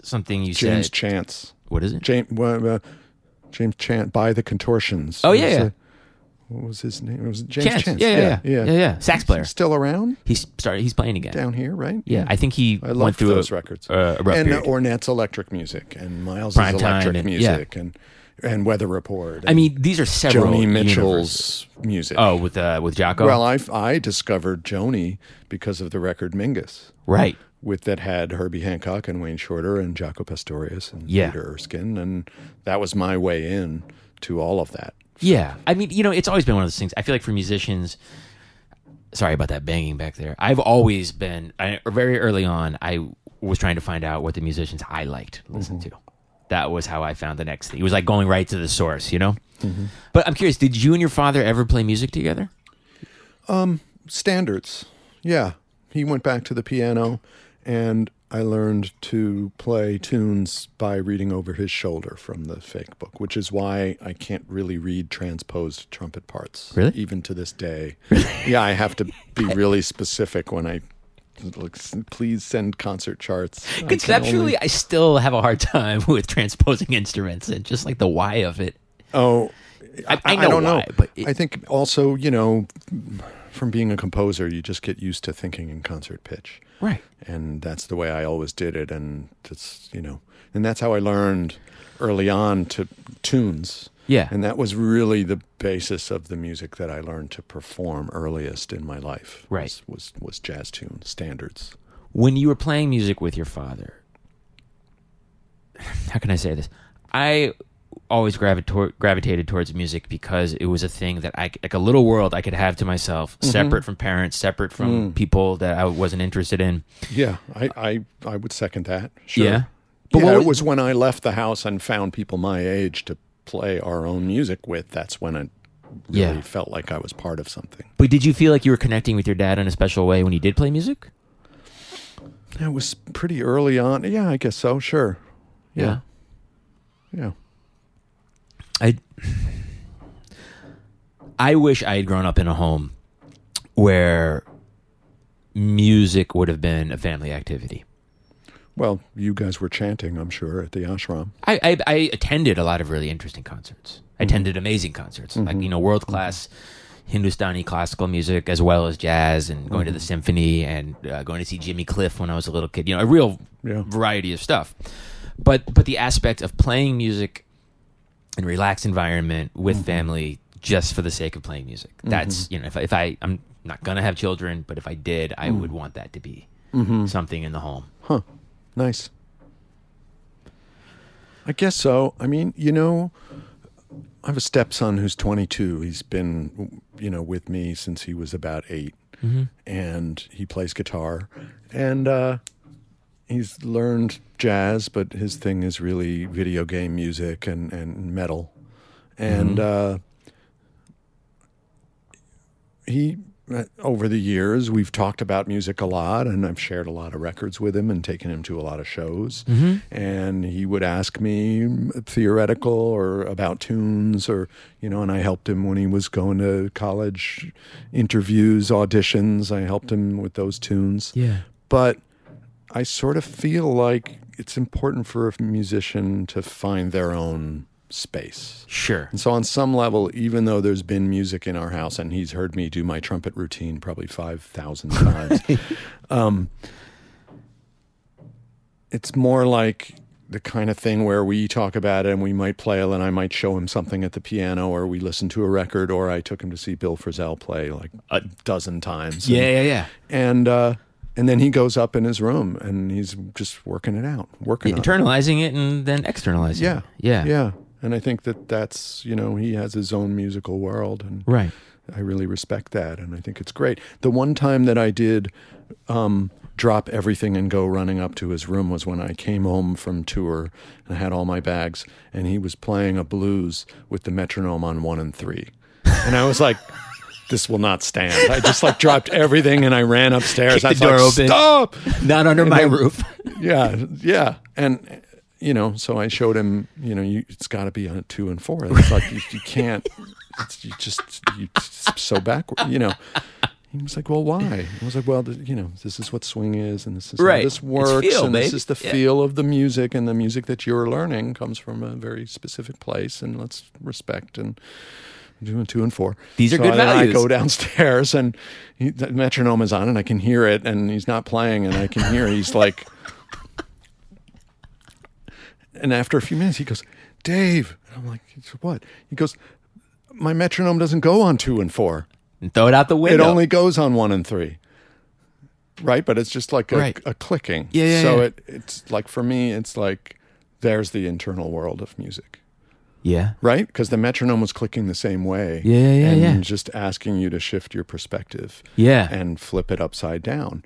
S1: something you
S2: James
S1: said.
S2: Chance,
S1: What is it?
S2: James, well, uh, James Chance by the Contortions.
S1: Oh,
S2: He
S1: yeah,
S2: was
S1: yeah.
S2: a- what was his name? It was James
S1: Chance.
S2: Chance.
S1: Yeah, yeah, yeah, yeah, yeah, Sax player.
S2: Still around
S1: He's started. He's playing again.
S2: down here, right?
S1: Yeah, I think he
S2: I
S1: went
S2: love
S1: through
S2: those
S1: a,
S2: records.
S1: Uh, a rough
S2: and uh,
S1: period.
S2: Ornette's electric music and Miles'
S1: Prime Time
S2: electric
S1: and- yeah.
S2: music and and Weather Report.
S1: I mean, these are several
S2: Joni
S1: universes.
S2: Mitchell's music.
S1: Oh, with uh, with Jocko.
S2: Well, I, I discovered Joni because of the record Mingus,
S1: right.
S2: with that had Herbie Hancock and Wayne Shorter and Jaco Pastorius and
S1: Yeah.
S2: Peter Erskine, and that was my way in to all of that.
S1: Yeah. I mean, you know, it's always been one of those things. I feel like for musicians, sorry about that banging back there. I've always been, I, very early on, I was trying to find out what the musicians I liked listened
S2: Mm-hmm.
S1: to. That was how I found the next thing. It was like going right to the source, you know?
S2: Mm-hmm.
S1: But I'm curious, did you and your father ever play music together?
S2: Standards, yeah. He went back to the piano, and I learned to play tunes by reading over his shoulder from the fake book, which is why I can't really read transposed trumpet parts,
S1: Really?
S2: even to this day. yeah, I have to be really specific when I. Like, s- please send concert charts. I can only-
S1: Conceptually, I still have a hard time with transposing instruments and just like the why of it.
S2: Oh, I,
S1: I
S2: I
S1: know
S2: don't
S1: why,
S2: know.
S1: but it-
S2: I think also, you know, from being a composer, you just get used to thinking in concert pitch.
S1: Right.
S2: And that's the way I always did it. And that's, you know, and that's how I learned early on to tunes.
S1: Yeah.
S2: And that was really the basis of the music that I learned to perform earliest in my life.
S1: Right.
S2: Was, was, was jazz tune standards.
S1: when you were playing music with your father, how can I say this? I always gravita- gravitated towards music because it was a thing that I c- like a little world I could have to myself,
S2: Mm-hmm.
S1: separate from parents, separate from
S2: Mm.
S1: people that I wasn't interested in.
S2: Yeah. I, I, I would second that. Sure.
S1: Yeah.
S2: But
S1: what
S2: it was when I left the house and found people my age to play our own music with. That's when I really
S1: Yeah.
S2: felt like I was part of something.
S1: But did you feel like you were connecting with your dad in a special way when you did play music?
S2: It was pretty early on. Yeah, I guess so. Sure. Yeah. Yeah.
S1: I I wish I had grown up in a home where music would have been a family activity.
S2: Well, you guys were chanting, I'm sure, at the ashram.
S1: I, I, I attended a lot of really interesting concerts. I attended amazing concerts, like you know, world class Hindustani classical music as well as jazz, and going to the symphony and uh, going to see Jimmy Cliff when I was a little kid. You know, a real
S2: Yeah.
S1: variety of stuff. But but the aspect of playing music in a relaxed environment with family just for the sake of playing music. That's you know, if I, if I I'm not gonna have children, but if I did, I would want that to be something in the home.
S2: Huh. Nice. I guess so. I mean, you know, I have a stepson who's 22. He's been, you know, with me since he was about 8 And he plays guitar. And uh, he's learned jazz, but his thing is really video game music and, and metal. And uh, he uh, over the years we've talked about music a lot and i've shared a lot of records with him and taken him to a lot of shows and he would ask me mm, theoretical or about tunes or you know and i helped him when he was going to college interviews auditions i helped him with those tunes
S1: Yeah.
S2: but i sort of feel like it's important for a musician to find their own space
S1: Sure.
S2: and so, on some level, even though there's been music in our house and he's heard me do my trumpet routine probably 5,000 times, um, it's more like the kind of thing where we talk about it and we might play and I might show him something at the piano or we listen to a record or I took him to see Bill Frisell play like a dozen times.
S1: Yeah, yeah, yeah.
S2: And, uh, and then he goes up in his room and he's just working it out, working on it.
S1: Internalizing it and then externalizing
S2: Yeah.
S1: it. Yeah.
S2: Yeah. And I think that that's, you know, he has his own musical world and
S1: Right.
S2: I really respect that and I think it's great. The one time that I did um drop everything and go running up to his room was when I came home from tour and I had all my bags and he was playing a blues with the metronome on 1 and 3. And I was like This will not stand. I just like dropped everything and I ran upstairs.
S1: Kicked
S2: I was
S1: the door
S2: like,
S1: open.
S2: Stop!
S1: Not under my roof.
S2: yeah, yeah, and you know, so I showed him. You know, you, it's got to be on two and four. It's like you, you can't. It's, you just you it's so backward. You know. He was like, "Well, why?" I was like, "Well, th- you know, this is what swing is, and this is
S1: Right.
S2: how this
S1: It's
S2: works,
S1: feel,
S2: and this
S1: baby.
S2: is the
S1: Yeah.
S2: feel of the music, and the music that you're learning comes from a very specific place, and let's respect and doing two and four.
S1: These are
S2: so
S1: good
S2: then
S1: values.
S2: I go downstairs and he, the metronome is on and I can hear it and he's not playing and I can hear he's like. And after a few minutes, he goes, Dave. And I'm like, "It's what? He goes, my metronome doesn't go on two and four.
S1: And throw it out the
S2: It
S1: window.
S2: only goes on one and three. Right, but it's just like a,
S1: Right.
S2: a clicking.
S1: Yeah, yeah,
S2: so
S1: yeah.
S2: it it's like for me, it's like there's the internal world of music
S1: yeah.
S2: right? Because the metronome was clicking the same way.
S1: Yeah, yeah, yeah,
S2: And
S1: yeah.
S2: just asking you to shift your perspective
S1: Yeah.
S2: and flip it upside down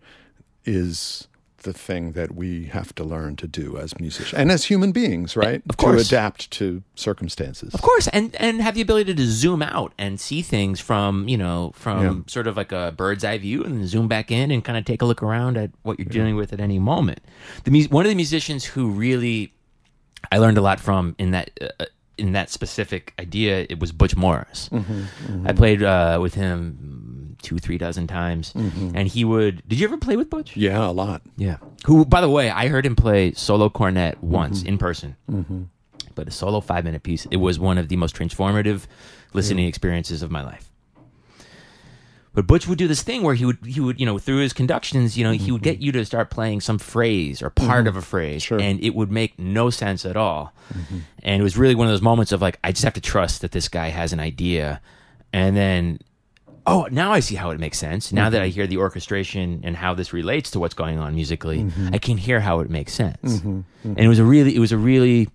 S2: is the thing that we have to learn to do as musicians and as human beings, right?
S1: Of course.
S2: To adapt to circumstances.
S1: Of course, and and have the ability to zoom out and see things from you know from sort of like a bird's eye view, and then zoom back in and kind of take a look around at what you're dealing with at any moment. The mu- one of the musicians who really I learned a lot from in that uh, in that specific idea it was Butch Morris. I played uh, with him mm, two three dozen times, and he would. Did you ever play with Butch?
S2: Yeah, a lot.
S1: Yeah. Who, by the way, I heard him play solo cornet once in person, but a solo five minute piece. It was one of the most transformative listening experiences of my life. But Butch would do this thing where he would he would you know through his conductions you know he would get you to start playing some phrase or part of a phrase
S2: Sure.
S1: and it would make no sense at all, and it was really one of those moments of like I just have to trust that this guy has an idea, and then oh, now I see how it makes sense. Now that I hear the orchestration and how this relates to what's going on musically, I can hear how it makes sense. And it was a really, it was a really,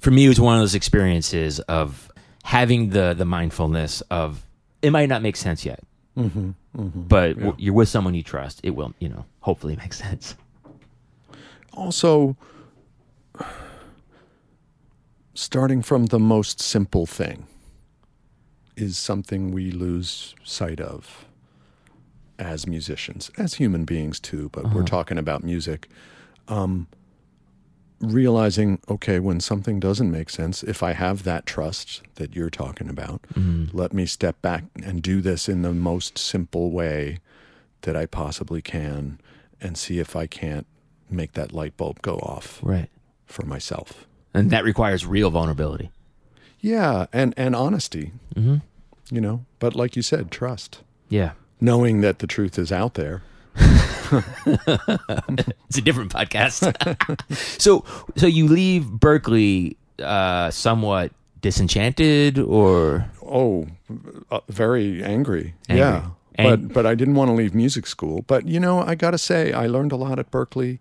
S1: for me, it was one of those experiences of having the the mindfulness of it might not make sense yet, Mm-hmm. but w- you're with someone you trust. It will, you know, hopefully make sense.
S2: Also, starting from the most simple thing is something we lose sight of as musicians, as human beings too, but we're talking about music. Um, realizing, okay, when something doesn't make sense, if I have that trust that you're talking about, let me step back and do this in the most simple way that I possibly can and see if I can't make that light bulb go off
S1: Right.
S2: for myself.
S1: And that requires real vulnerability.
S2: Yeah, and and honesty. You know, but like you said, trust,
S1: Yeah.
S2: knowing that the truth is out there.
S1: It's a different podcast. so so you leave Berkeley uh somewhat disenchanted or
S2: Oh, uh, very angry.
S1: Angry.
S2: Yeah.
S1: And-
S2: but but I didn't want to leave music school. But you know, I got to say I learned a lot at Berkeley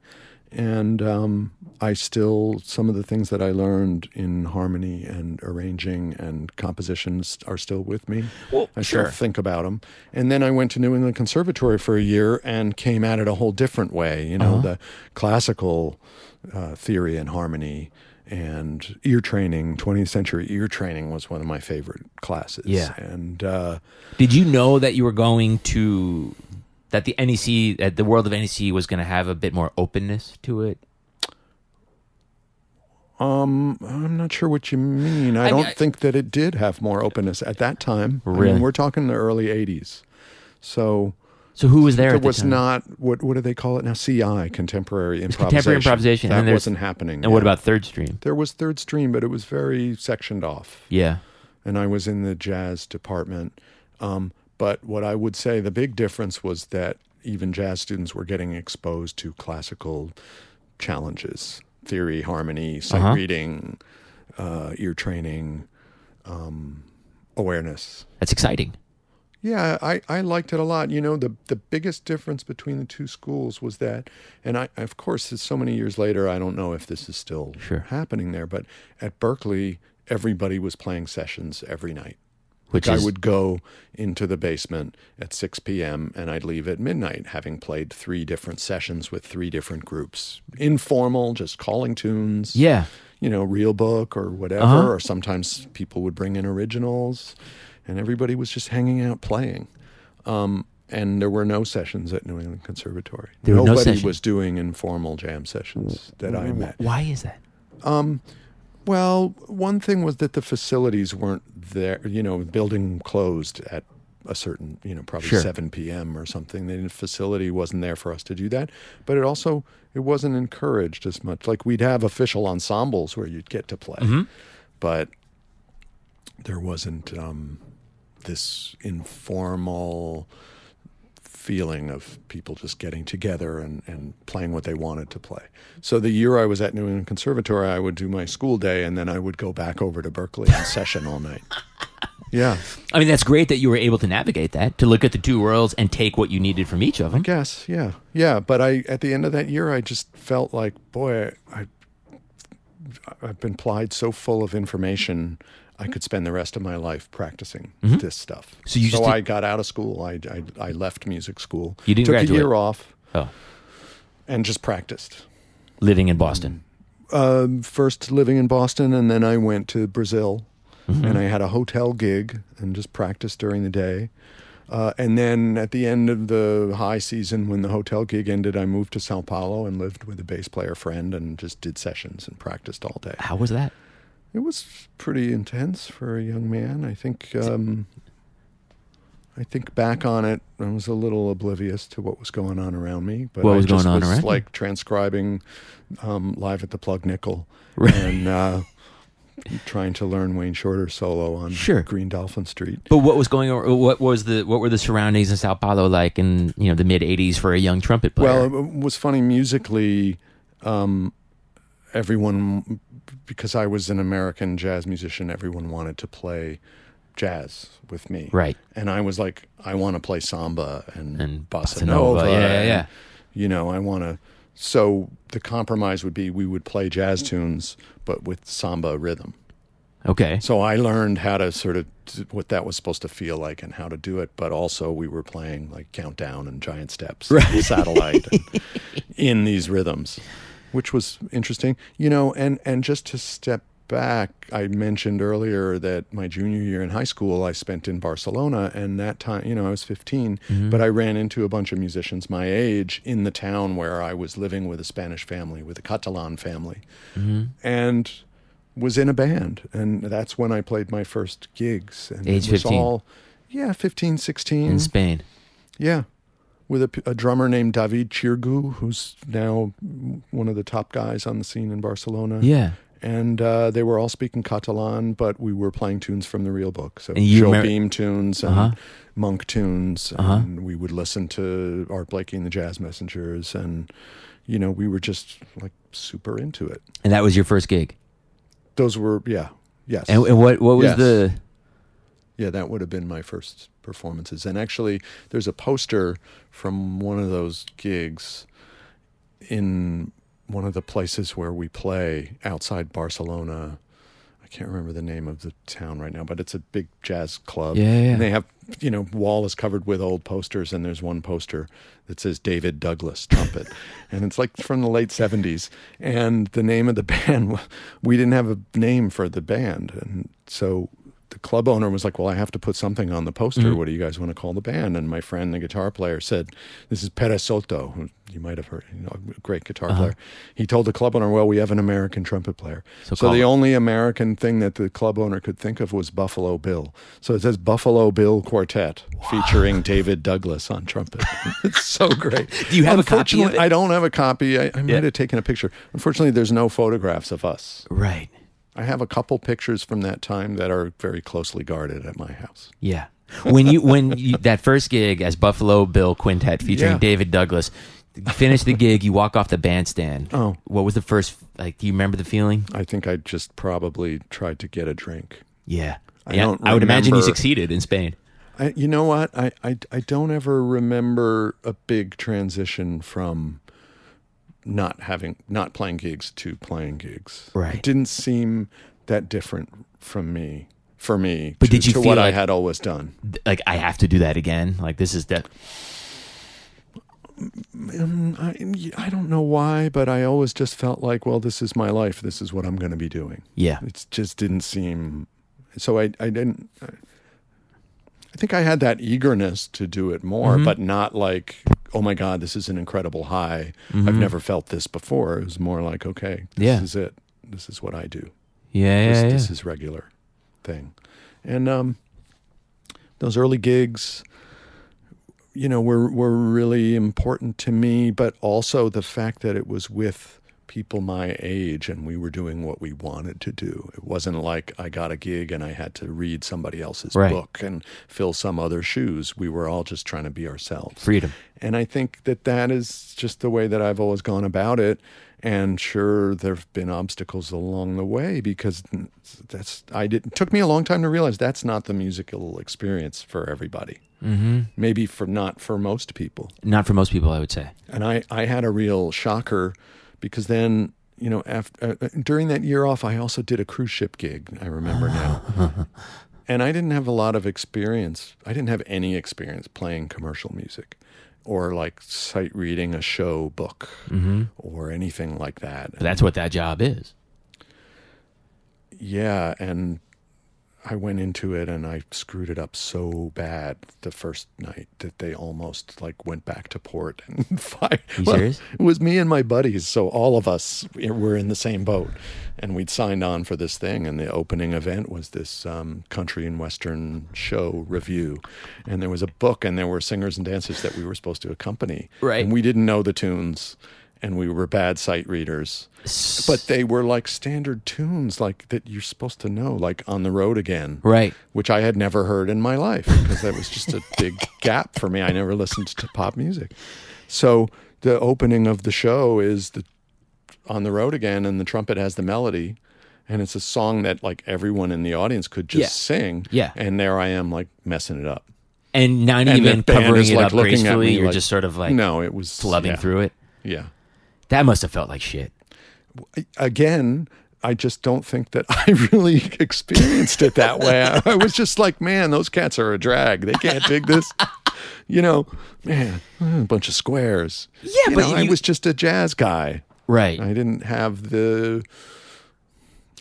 S2: and um, I still some of the things that I learned in harmony and arranging and compositions are still with me.
S1: Well,
S2: I
S1: sure.
S2: still think about them. And then I went to New England Conservatory for a year and came at it a whole different way, you
S1: Uh-huh.
S2: know, the classical uh, theory and harmony and ear training, 20th century ear training was one of my favorite classes.
S1: Yeah.
S2: And uh,
S1: did you know that you were going to that the NEC that the world of NEC was going to have a bit more openness to it?
S2: um, I'm not sure what you mean. I,
S1: I mean,
S2: don't
S1: I-
S2: think that it did have more openness at that time. I mean,
S1: Really?
S2: we're talking the early 80s. So
S1: So who was there?
S2: there
S1: at the
S2: was
S1: time?
S2: not what what do they call it now? CI, contemporary improvisation.
S1: contemporary improvisation, and
S2: That
S1: there's-
S2: wasn't happening.
S1: And what
S2: yet.
S1: about Third Stream?
S2: There was third stream, but it was very sectioned off,
S1: Yeah.
S2: and I was in the jazz department. Um, but what I would say the big difference was that even jazz students were getting exposed to classical challenges: theory, harmony, sight
S1: Uh-huh.
S2: reading, uh, ear training, um, awareness.
S1: That's exciting.
S2: Yeah, I, I liked it a lot. You know, the the biggest difference between the two schools was that, and I of course, it's so many years later, I don't know if this is still
S1: Sure.
S2: happening there, but at Berkeley, everybody was playing sessions every night.
S1: Which
S2: I
S1: is
S2: would go into the basement at 6 p.m. and I'd leave at midnight, having played three different sessions with three different groups. Informal, just calling tunes
S1: Yeah.
S2: you know, real book or whatever,
S1: Uh-huh.
S2: or sometimes people would bring in originals, and everybody was just hanging out playing. Um, and there were no sessions at New England Conservatory.
S1: There were no
S2: Nobody
S1: sessions.
S2: was doing informal jam sessions that I met.
S1: Why is that?
S2: Well, one thing was that the facilities weren't there. You know, the building closed at a certain, you know, probably
S1: Sure.
S2: 7 p.m. or something. The facility wasn't there for us to do that. But it also it wasn't encouraged as much. Like we'd have official ensembles where you'd get to play, but there wasn't um, this informal feeling of people just getting together and, and playing what they wanted to play. So the year I was at New England Conservatory, I would do my school day and then I would go back over to Berkeley and session all night. Yeah,
S1: I mean, that's great that you were able to navigate that, to look at the two worlds and take what you needed from each of them.
S2: guess. Yeah, yeah. But I at the end of that year, I just felt like, boy, I, I've been plied so full of information. I could spend the rest of my life practicing this stuff.
S1: Mm-hmm. So you just
S2: I
S1: did-
S2: got out of school. I, I, I left music school.
S1: You didn't
S2: took
S1: graduate.
S2: a year off
S1: Oh,
S2: and just practiced.
S1: living in Boston.
S2: um, first living in Boston, and then I went to Brazil, and I had a hotel gig and just practiced during the day. Uh, and then at the end of the high season, when the hotel gig ended, I moved to Sao Paulo and lived with a bass player friend and just did sessions and practiced all day.
S1: How was that?
S2: It was pretty intense for a young man. I think. Um, I think back on it, I was a little oblivious to what was going on around me. But
S1: What
S2: I
S1: was
S2: just
S1: going on
S2: was
S1: around you?
S2: Like transcribing um, live at the Plug Nickel
S1: Right.
S2: and uh, trying to learn Wayne Shorter solo on
S1: Sure.
S2: Green Dolphin Street.
S1: But what was going on? What was the what were the surroundings in Sao Paulo like in you know the mid '80s for a young trumpet player?
S2: Well, it was funny musically. Um, everyone, because I was an American jazz musician, everyone wanted to play jazz with me.
S1: right.
S2: And I was like, I want to play samba and,
S1: And
S2: bossa,
S1: bossa nova.
S2: nova.
S1: Yeah, yeah,
S2: and,
S1: yeah.
S2: you know, I want to. So the compromise would be we would play jazz tunes, but with samba rhythm.
S1: Okay.
S2: So I learned how to sort of what that was supposed to feel like and how to do it. But also we were playing like countdown and giant steps, and satellite, and in these rhythms, which was interesting. You know, and and just to step back, I mentioned earlier that my junior year in high school I spent in Barcelona, and that time, you know, I was 15, but I ran into a bunch of musicians my age in the town where I was living with a Spanish family, with a Catalan family, and was in a band and that's when i played my first gigs and
S1: Age
S2: it was
S1: 15.
S2: all yeah 15 16
S1: In Spain.
S2: yeah with a, p- a drummer named David Chirgu, who's now one of the top guys on the scene in Barcelona.
S1: Yeah.
S2: And uh, they were all speaking Catalan, but we were playing tunes from the real book. So
S1: And you
S2: Joe
S1: remember-
S2: Beam tunes and
S1: Uh-huh.
S2: Monk tunes. And
S1: Uh-huh.
S2: we would listen to Art Blakey and the Jazz Messengers. And, you know, we were just like super into it.
S1: And that was your first gig.
S2: Those were, yeah, yes.
S1: And, and what what was
S2: Yes.
S1: the
S2: Yeah, that would have been my first performances. And actually, there's a poster from one of those gigs in one of the places where we play outside Barcelona. I can't remember the name of the town right now, but it's a big jazz club.
S1: Yeah, yeah, yeah.
S2: And they have, you know, wall is covered with old posters, and there's one poster that says David Douglas trumpet, and it's like from the late '70s. And the name of the band, wa- we didn't have a name for the band, and so the club owner was like, "Well, I have to put something on the poster.
S1: Mm-hmm.
S2: What do you guys want to call the band?" And my friend, the guitar player, said, "This is Perez Soto, who you might have heard, you know, a great guitar
S1: Uh-huh.
S2: player." He told the club owner, "Well, we have an American trumpet player."
S1: So
S2: So,
S1: call
S2: the
S1: it.
S2: only American thing that the club owner could think of was Buffalo Bill. So it says Buffalo Bill Quartet featuring David Douglas on trumpet. it's so great.
S1: Do you have a copy of
S2: Unfortunately,
S1: it?
S2: I don't have a copy. I,
S1: Yeah.
S2: I might have taken a picture. Unfortunately, there's no photographs of us.
S1: right?
S2: I have a couple pictures from that time that are very closely guarded at my house.
S1: Yeah. When you when you, that first gig as Buffalo Bill Quintet featuring
S2: Yeah.
S1: David Douglas, finish the gig, you walk off the bandstand.
S2: Oh.
S1: What was the first like do you remember the feeling?
S2: I think I just probably tried to get a drink.
S1: Yeah.
S2: I
S1: yeah.
S2: don't
S1: I would imagine you
S2: remember-
S1: succeeded in Spain.
S2: I, you know what? I, I, I don't ever remember a big transition from not having not playing gigs to playing gigs.
S1: Right.
S2: It didn't seem that different from me for me.
S1: But
S2: to,
S1: did you
S2: to
S1: feel
S2: what I
S1: like-
S2: had always done?
S1: Th- Like I have to do that again. Like this is that
S2: Um, I, I don't know why, but I always just felt like, well, this is my life. This is what I'm going to be doing.
S1: Yeah.
S2: it just didn't seem so i i didn't i think i had that eagerness to do it more
S1: Mm-hmm.
S2: but not like oh my god this is an incredible high i've never felt this before it was more like okay
S1: Mm-hmm.
S2: this
S1: Yeah.
S2: is it this is what i do
S1: Yeah.
S2: this,
S1: yeah,
S2: this
S1: yeah.
S2: is regular thing and um those early gigs you know were were really important to me but also the fact that it was with people my age and we were doing what we wanted to do it wasn't like i got a gig and i had to read somebody else's
S1: Right.
S2: book and fill some other shoes we were all just trying to be ourselves
S1: Freedom.
S2: and I think that that is just the way that I've always gone about it. And sure, there have been obstacles along the way because that's I did. It took me a long time to realize that's not the musical experience for everybody. Mm-hmm. Maybe for not for most people.
S1: Not for most people I would say.
S2: And I I had a real shocker because then you know after uh, during that year off, I also did a cruise ship gig. I remember now. And I didn't have a lot of experience. I didn't have any experience playing commercial music or like sight reading a show book or anything like that.
S1: But that's what that job is.
S2: Yeah, and I went into it and I screwed it up so bad the first night that they almost like went back to port and fired.
S1: You serious?
S2: It was me and my buddies, so all of us were in the same boat, and we'd signed on for this thing. And the opening event was this um, country and western show review, and there was a book and there were singers and dancers that we were supposed to accompany.
S1: Right.
S2: and we didn't know the tunes. And we were bad sight readers but they were like standard tunes like that you're supposed to know like on the road again
S1: Right.
S2: which i had never heard in my life because that was just a big gap for me i never listened to pop music so the opening of the show is the on the road again and the trumpet has the melody and it's a song that like everyone in the audience could just
S1: Yeah.
S2: sing
S1: Yeah.
S2: and there i am like messing it up
S1: And not
S2: and
S1: even
S2: the band
S1: covering
S2: is,
S1: it
S2: like,
S1: up
S2: looking at
S1: gracefully.
S2: me
S1: You're
S2: like-
S1: just sort of like
S2: no it was
S1: flubbing
S2: yeah,
S1: through it.
S2: yeah
S1: That must have felt like shit.
S2: again, I just don't think that I really experienced it that way. I, I was just like, man, those cats are a drag. They can't dig this. You know, man, a bunch of squares. Yeah,
S1: but
S2: know, I
S1: you-
S2: was just a jazz guy.
S1: Right.
S2: I didn't have the.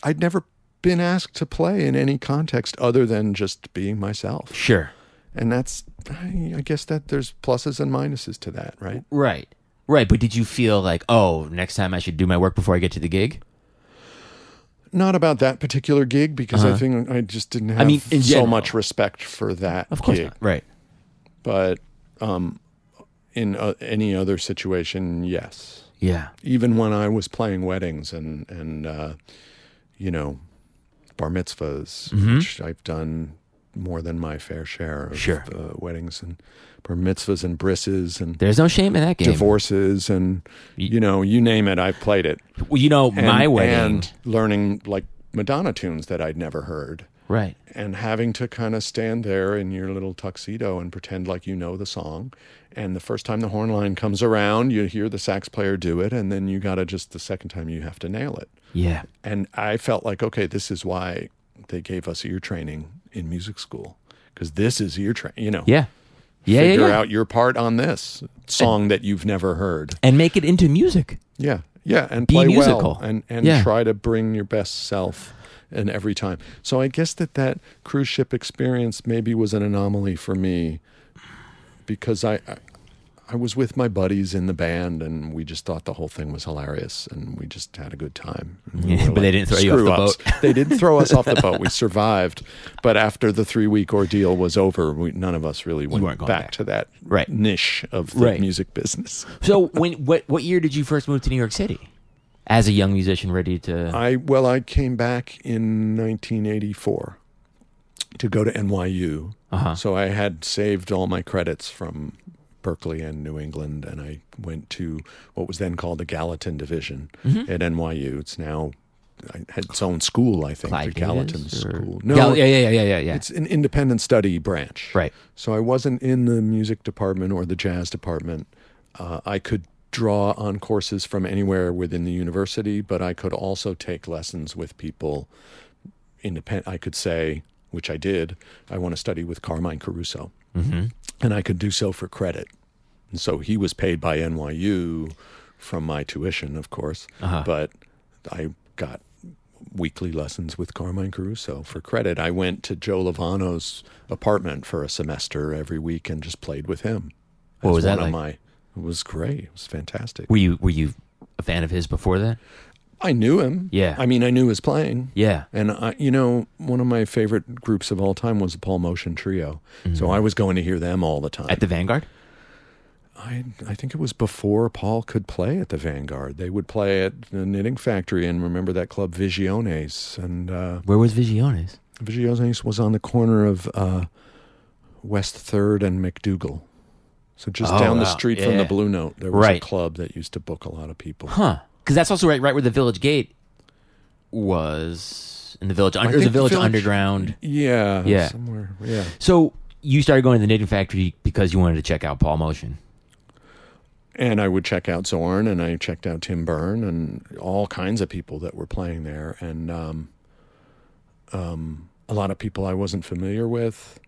S2: I'd never been asked to play in any context other than just being myself,
S1: Sure.
S2: and that's. I, I guess that there's pluses and minuses to that, right?
S1: Right. Right. But did you feel like, oh, next time I should do my work before I get to the gig?
S2: not about that particular gig because I think I just didn't have
S1: Uh-huh. mean, in
S2: so
S1: general.
S2: much respect for that
S1: Of course
S2: gig.
S1: not. Right.
S2: But um, in uh, any other situation, yes.
S1: Yeah.
S2: Even when I was playing weddings and and uh, you know bar mitzvahs,
S1: Mm-hmm.
S2: which I've done more than my fair share of
S1: Sure.
S2: uh, weddings and bar mitzvahs and brisses and
S1: There's no shame in that game.
S2: divorces and you know you name it, I've played it.
S1: Well, you know,
S2: And-
S1: my wedding.
S2: and learning like Madonna tunes that I'd never heard
S1: right.
S2: and having to kind of stand there in your little tuxedo and pretend like you know the song. And the first time the horn line comes around, you hear the sax player do it, and then you got to just the second time you have to nail it.
S1: Yeah.
S2: And I felt like, okay, this is why they gave us ear training in music school because this is ear train, you know.
S1: Yeah. Yeah. yeah,
S2: Figure
S1: yeah.
S2: out your part on this song that you've never heard.
S1: And make it into music.
S2: Yeah, yeah, and play
S1: musical.
S2: well, and and
S1: Yeah.
S2: try to bring your best self in every time. So I guess that that cruise ship experience maybe was an anomaly for me because I. I I was with my buddies in the band, and we just thought the whole thing was hilarious, and we just had a good time. And we
S1: Yeah,
S2: were
S1: but they didn't throw you off
S2: "Screw
S1: the
S2: ups." they didn't throw us off the boat. We survived, but after the three-week ordeal was over, we, none of us really went
S1: weren't going back.
S2: back to that
S1: Right.
S2: niche of the
S1: Right.
S2: music business.
S1: So when what what year did you first move to New York City? As a young musician ready to
S2: I well, I came back in 1984 to go to NYU.
S1: Uh-huh.
S2: So I had saved all my credits from Berkeley and New England, and I went to what was then called the Gallatin Division
S1: Mm-hmm.
S2: at NYU. It's now I had its own school, I think,
S1: Clyde
S2: the Gallatin
S1: Davis or-
S2: School.
S1: Gal- yeah, yeah, yeah, yeah, yeah, yeah.
S2: It's an independent study branch.
S1: Right.
S2: So I wasn't in the music department or the jazz department. Uh, I could draw on courses from anywhere within the university, but I could also take lessons with people independent. I could say, which I did, I want to study with Carmine Caruso. Mm-hmm. And I could do so for credit. And so he was paid by NYU from my tuition, of course,
S1: Uh-huh.
S2: but I got weekly lessons with Carmine Caruso for credit. I went to Joe Lovano's apartment for a semester every week and just played with him.
S1: What
S2: As
S1: was that
S2: one of
S1: like?
S2: my- it was great. It was fantastic.
S1: Were you were you a fan of his before that?
S2: I knew him.
S1: Yeah.
S2: I mean, I knew his playing.
S1: Yeah.
S2: And I, you know, one of my favorite groups of all time was the Paul Motion Trio. So I was going to hear them all the time.
S1: Mm-hmm. At the Vanguard?
S2: I I think it was before Paul could play at the Vanguard. They would play at the Knitting Factory and remember that club Visiones and uh,
S1: Where was Visiones?
S2: Visiones was on the corner of uh, West Third and McDougal. So just
S1: Oh,
S2: down the
S1: wow.
S2: street from the
S1: Yeah.
S2: Blue Note, there was
S1: Right.
S2: a club that used to book a lot of people.
S1: Huh. Because that's also right right where the Village Gate was in the Village under
S2: think
S1: the
S2: the
S1: Village
S2: Village-
S1: Underground.
S2: Yeah,
S1: Yeah.
S2: somewhere. Yeah.
S1: So you started going to the Knitting Factory because you wanted to check out Paul Motion.
S2: and I would check out Zorn and I checked out Tim Byrne and all kinds of people that were playing there and um, um, a lot of people I wasn't familiar with.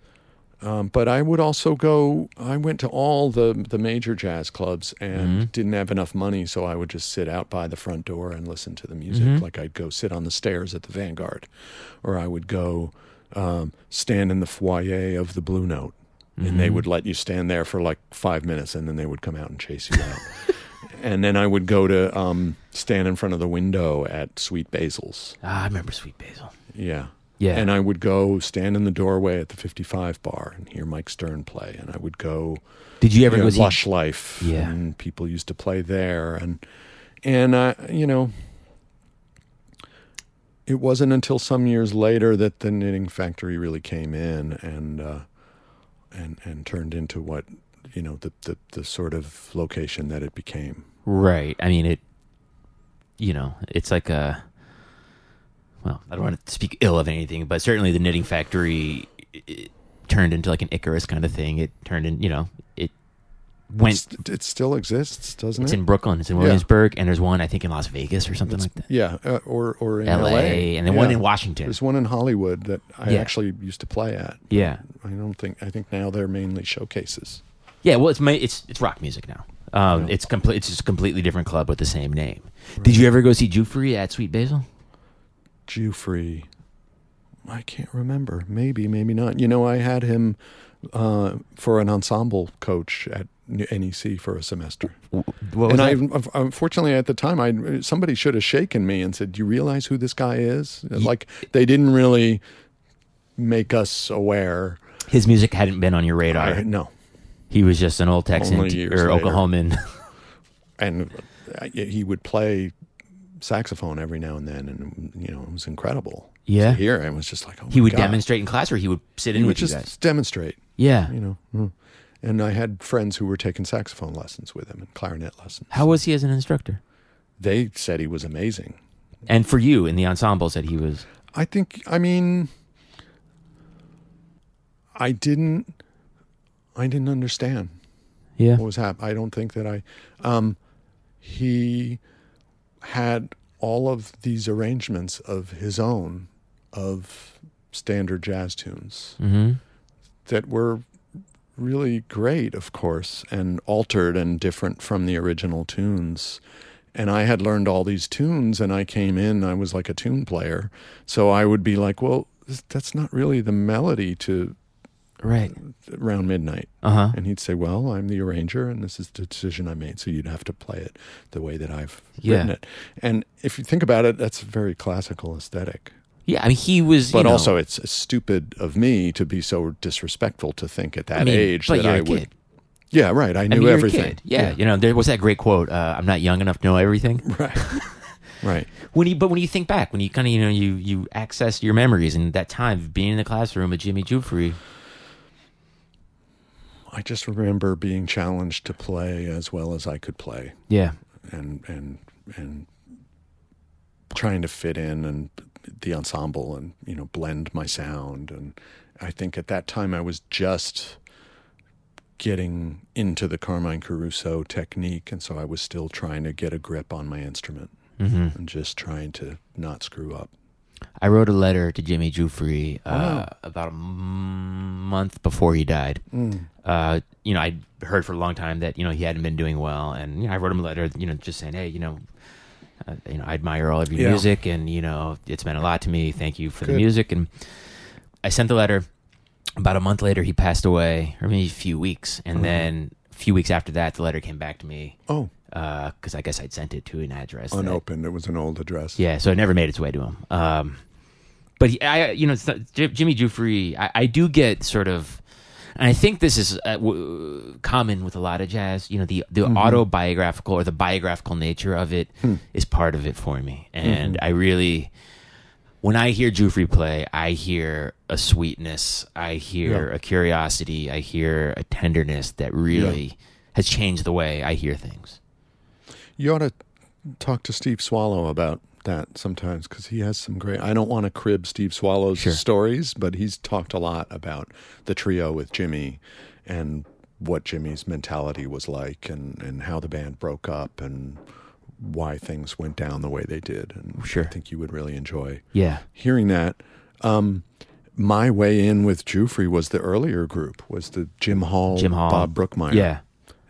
S2: Um, but I would also go. I went to all the the major jazz clubs and didn't have enough money, so I would just sit out by the front door and listen to the music. Like I'd go sit on the stairs at the Vanguard, or I would go um, stand in the foyer of the Blue Note, and they would let you stand there for like five minutes, and then they would come out and chase you out. and then I would go to um, stand in front of the window at Sweet Basil's.
S1: Ah, I remember Sweet Basil.
S2: Yeah.
S1: Yeah.
S2: And I would go stand in the doorway at the 55 bar and hear Mike Stern play. And I would go,
S1: Did you ever
S2: you know,
S1: go see
S2: Lush Life.
S1: Yeah.
S2: And people used to play there. And, and I, you know, it wasn't until some years later that the Knitting Factory really came in and, uh, and, and turned into what, you know, the, the, the sort of location that it became.
S1: Right. I mean, it. You know, it's like a. Well, I don't want to speak ill of anything, but certainly the knitting factory it, it turned into like an Icarus kind of thing. It turned in, you know, it went.
S2: It, it still exists, doesn't
S1: It's
S2: it?
S1: in Brooklyn. It's in Williamsburg, and there's one I think in Las Vegas or something like that.
S2: Yeah, uh, or or in
S1: L.A.
S2: LA,
S1: and then one
S2: Yeah.
S1: in Washington.
S2: There's one in Hollywood that I
S1: Yeah.
S2: actually used to play at.
S1: Yeah,
S2: I don't think I think now they're mainly showcases.
S1: yeah. Well, it's my, it's it's rock music now. Um, It's complete. It's just a completely different club with the same name. Did you ever go see Jufri at Sweet Basil?
S2: Jew free. I can't remember. Maybe, maybe not. You know, I had him uh, for an ensemble coach at NEC for a semester.
S1: W- What was
S2: and
S1: that?
S2: I, unf- unfortunately, at the time, I somebody should have shaken me and said, "Do you realize who this guy is?" Like they didn't really make us aware.
S1: His music hadn't been on your radar.
S2: I, no,
S1: He was just an old Texan
S2: Only
S1: t-
S2: years
S1: or
S2: later.
S1: Oklahoman.
S2: and uh, he would play saxophone every now and then, and you know it was incredible.
S1: Yeah.
S2: to hear it was just like oh
S3: He
S2: my
S3: would
S2: God.
S3: demonstrate in class, or he would sit in
S2: He would
S3: with
S2: just
S3: you guys.
S2: demonstrate,
S1: Yeah.
S2: you know. Mm. And I had friends who were taking saxophone lessons with him and clarinet lessons.
S1: How was he as an instructor?
S2: They said he was amazing.
S1: And for you in the ensembles that he was.
S2: I think I mean I didn't I didn't understand
S1: Yeah.
S2: what was happening. I don't think that I um he had all of these arrangements of his own of standard jazz tunes
S1: Mm-hmm.
S2: that were really great, of course, and altered and different from the original tunes. And I had learned all these tunes, and I came in, I was like a tune player. So I would be like, well, this- that's not really the melody to
S1: Right.
S2: Round Midnight.
S1: Uh huh.
S2: And he'd say, well, I'm the arranger, and this is the decision I made. So you'd have to play it the way that I've
S1: Yeah.
S2: written it. And if you think about it, that's a very classical aesthetic.
S1: Yeah. I mean, he was.
S2: But
S1: you know,
S2: also, it's stupid of me to be so disrespectful to think at that
S1: I mean,
S2: age
S1: but
S2: that
S1: you're
S2: I
S1: a
S2: would
S1: kid.
S2: yeah, right. I
S1: I
S2: knew
S1: mean, you're
S2: everything.
S1: A kid. Yeah, You know, there was that great quote. Uh, I'm not young enough to know everything.
S2: Right. right.
S1: When you, but when you think back, when you kind of, you know, you you access your memories and that time of being in the classroom with Jimmy Jufrey.
S2: I just remember being challenged to play as well as I could play
S1: Yeah.
S2: and and and trying to fit in and the ensemble and you know blend my sound and I think at that time I was just getting into the Carmine Caruso technique and so I was still trying to get a grip on my instrument
S1: hmm
S2: and just trying to not screw up.
S1: I wrote a letter to Jimmy Jufrey uh,
S2: Oh.
S1: about a m- month before he died. Uh, you know, I heard for a long time that you know he hadn't been doing well, and you know, I wrote him a letter, you know, just saying, hey, you know, uh, you know, I admire all of your
S2: Yeah.
S1: music, and you know, it's meant a lot to me. Thank you for the
S2: Good.
S1: music, and I sent the letter. About a month later, he passed away, or maybe a few weeks,
S2: Mm-hmm.
S1: and then a few weeks after that, the letter came back to me
S2: Oh,
S1: because I guess I'd sent it to an address. that-
S2: unopened. It was an old address.
S1: yeah, so it never made its way to him. Um, but he, I, you know, it's not, J- Jimmy Jufrey, I, I do get sort of, and I think this is uh, w- common with a lot of jazz. You know, the the autobiographical or the biographical nature of it is part of it for me, and I really. When I hear Jufrey play, I hear a sweetness, I hear a curiosity, I hear a tenderness that really has changed the way I hear things.
S2: You ought to talk to Steve Swallow about that sometimes because he has some great. I don't want to crib Steve Swallow's
S1: Sure.
S2: stories, but he's talked a lot about the trio with Jimmy and what Jimmy's mentality was like and, and how the band broke up and why things went down the way they did. And
S1: Sure.
S2: I think you would really enjoy
S1: Yeah.
S2: hearing that. Um, my way in with Jufrey was the earlier group, was the Jim Hall,
S1: Jim Hall.
S2: Bob Brookmeyer.
S1: Yeah.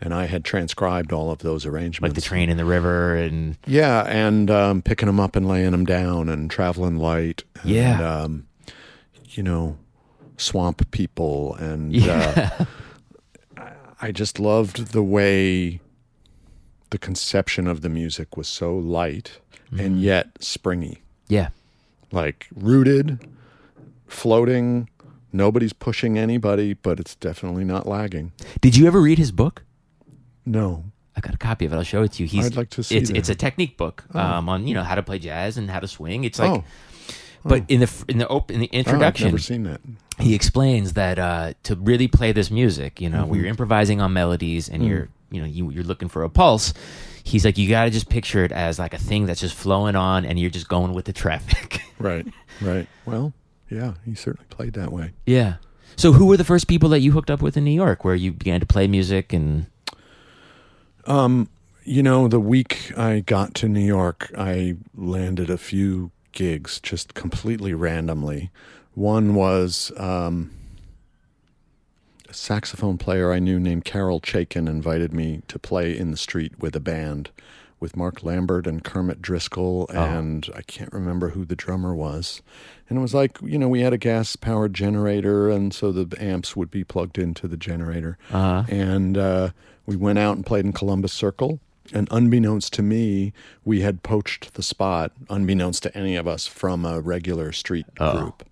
S2: And I had transcribed all of those
S1: Like
S2: arrangements.
S1: the train in the river and
S2: Yeah, and um, picking them up and laying them down and traveling light. And,
S1: Yeah.
S2: Um, you know, swamp people. And uh, I I just loved the way the conception of the music was so light
S1: Mm-hmm.
S2: and yet springy,
S1: Yeah.
S2: like rooted, floating. Nobody's pushing anybody, but it's definitely not lagging.
S1: Did you ever read his book?
S2: No.
S1: I got a copy of it. I'll show it to you. He's,
S2: I'd like to see
S1: It's
S2: that.
S1: it's a technique book um, on you know how to play jazz and how to swing. It's like,
S2: oh,
S1: but in the f- in the open in the
S2: oh, I've
S1: introduction,
S2: never seen that.
S1: he explains that uh, to really play this music, you know,
S2: Mm-hmm.
S1: where you're improvising on melodies
S2: Mm.
S1: and you're you know you you're looking for a pulse. He's like, you got to just picture it as like a thing that's just flowing on, and you're just going with the traffic.
S2: Right, right. Well, yeah, he certainly played that way.
S1: yeah. So who were the first people that you hooked up with in New York, where you began to play music and
S2: You know, the week I got to New York, I landed a few gigs just completely randomly. One was um, a saxophone player I knew named Carol Chaikin invited me to play in the street with a band with Mark Lambert and Kermit Driscoll, and I can't remember who the drummer was. And it was like, you know, we had a gas powered generator, and so the amps would be plugged into the generator.
S1: uh,
S2: and uh, we went out and played in Columbus Circle. And unbeknownst to me, we had poached the spot, unbeknownst to any of us, from a regular street
S1: Uh-oh.
S2: group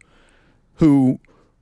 S2: who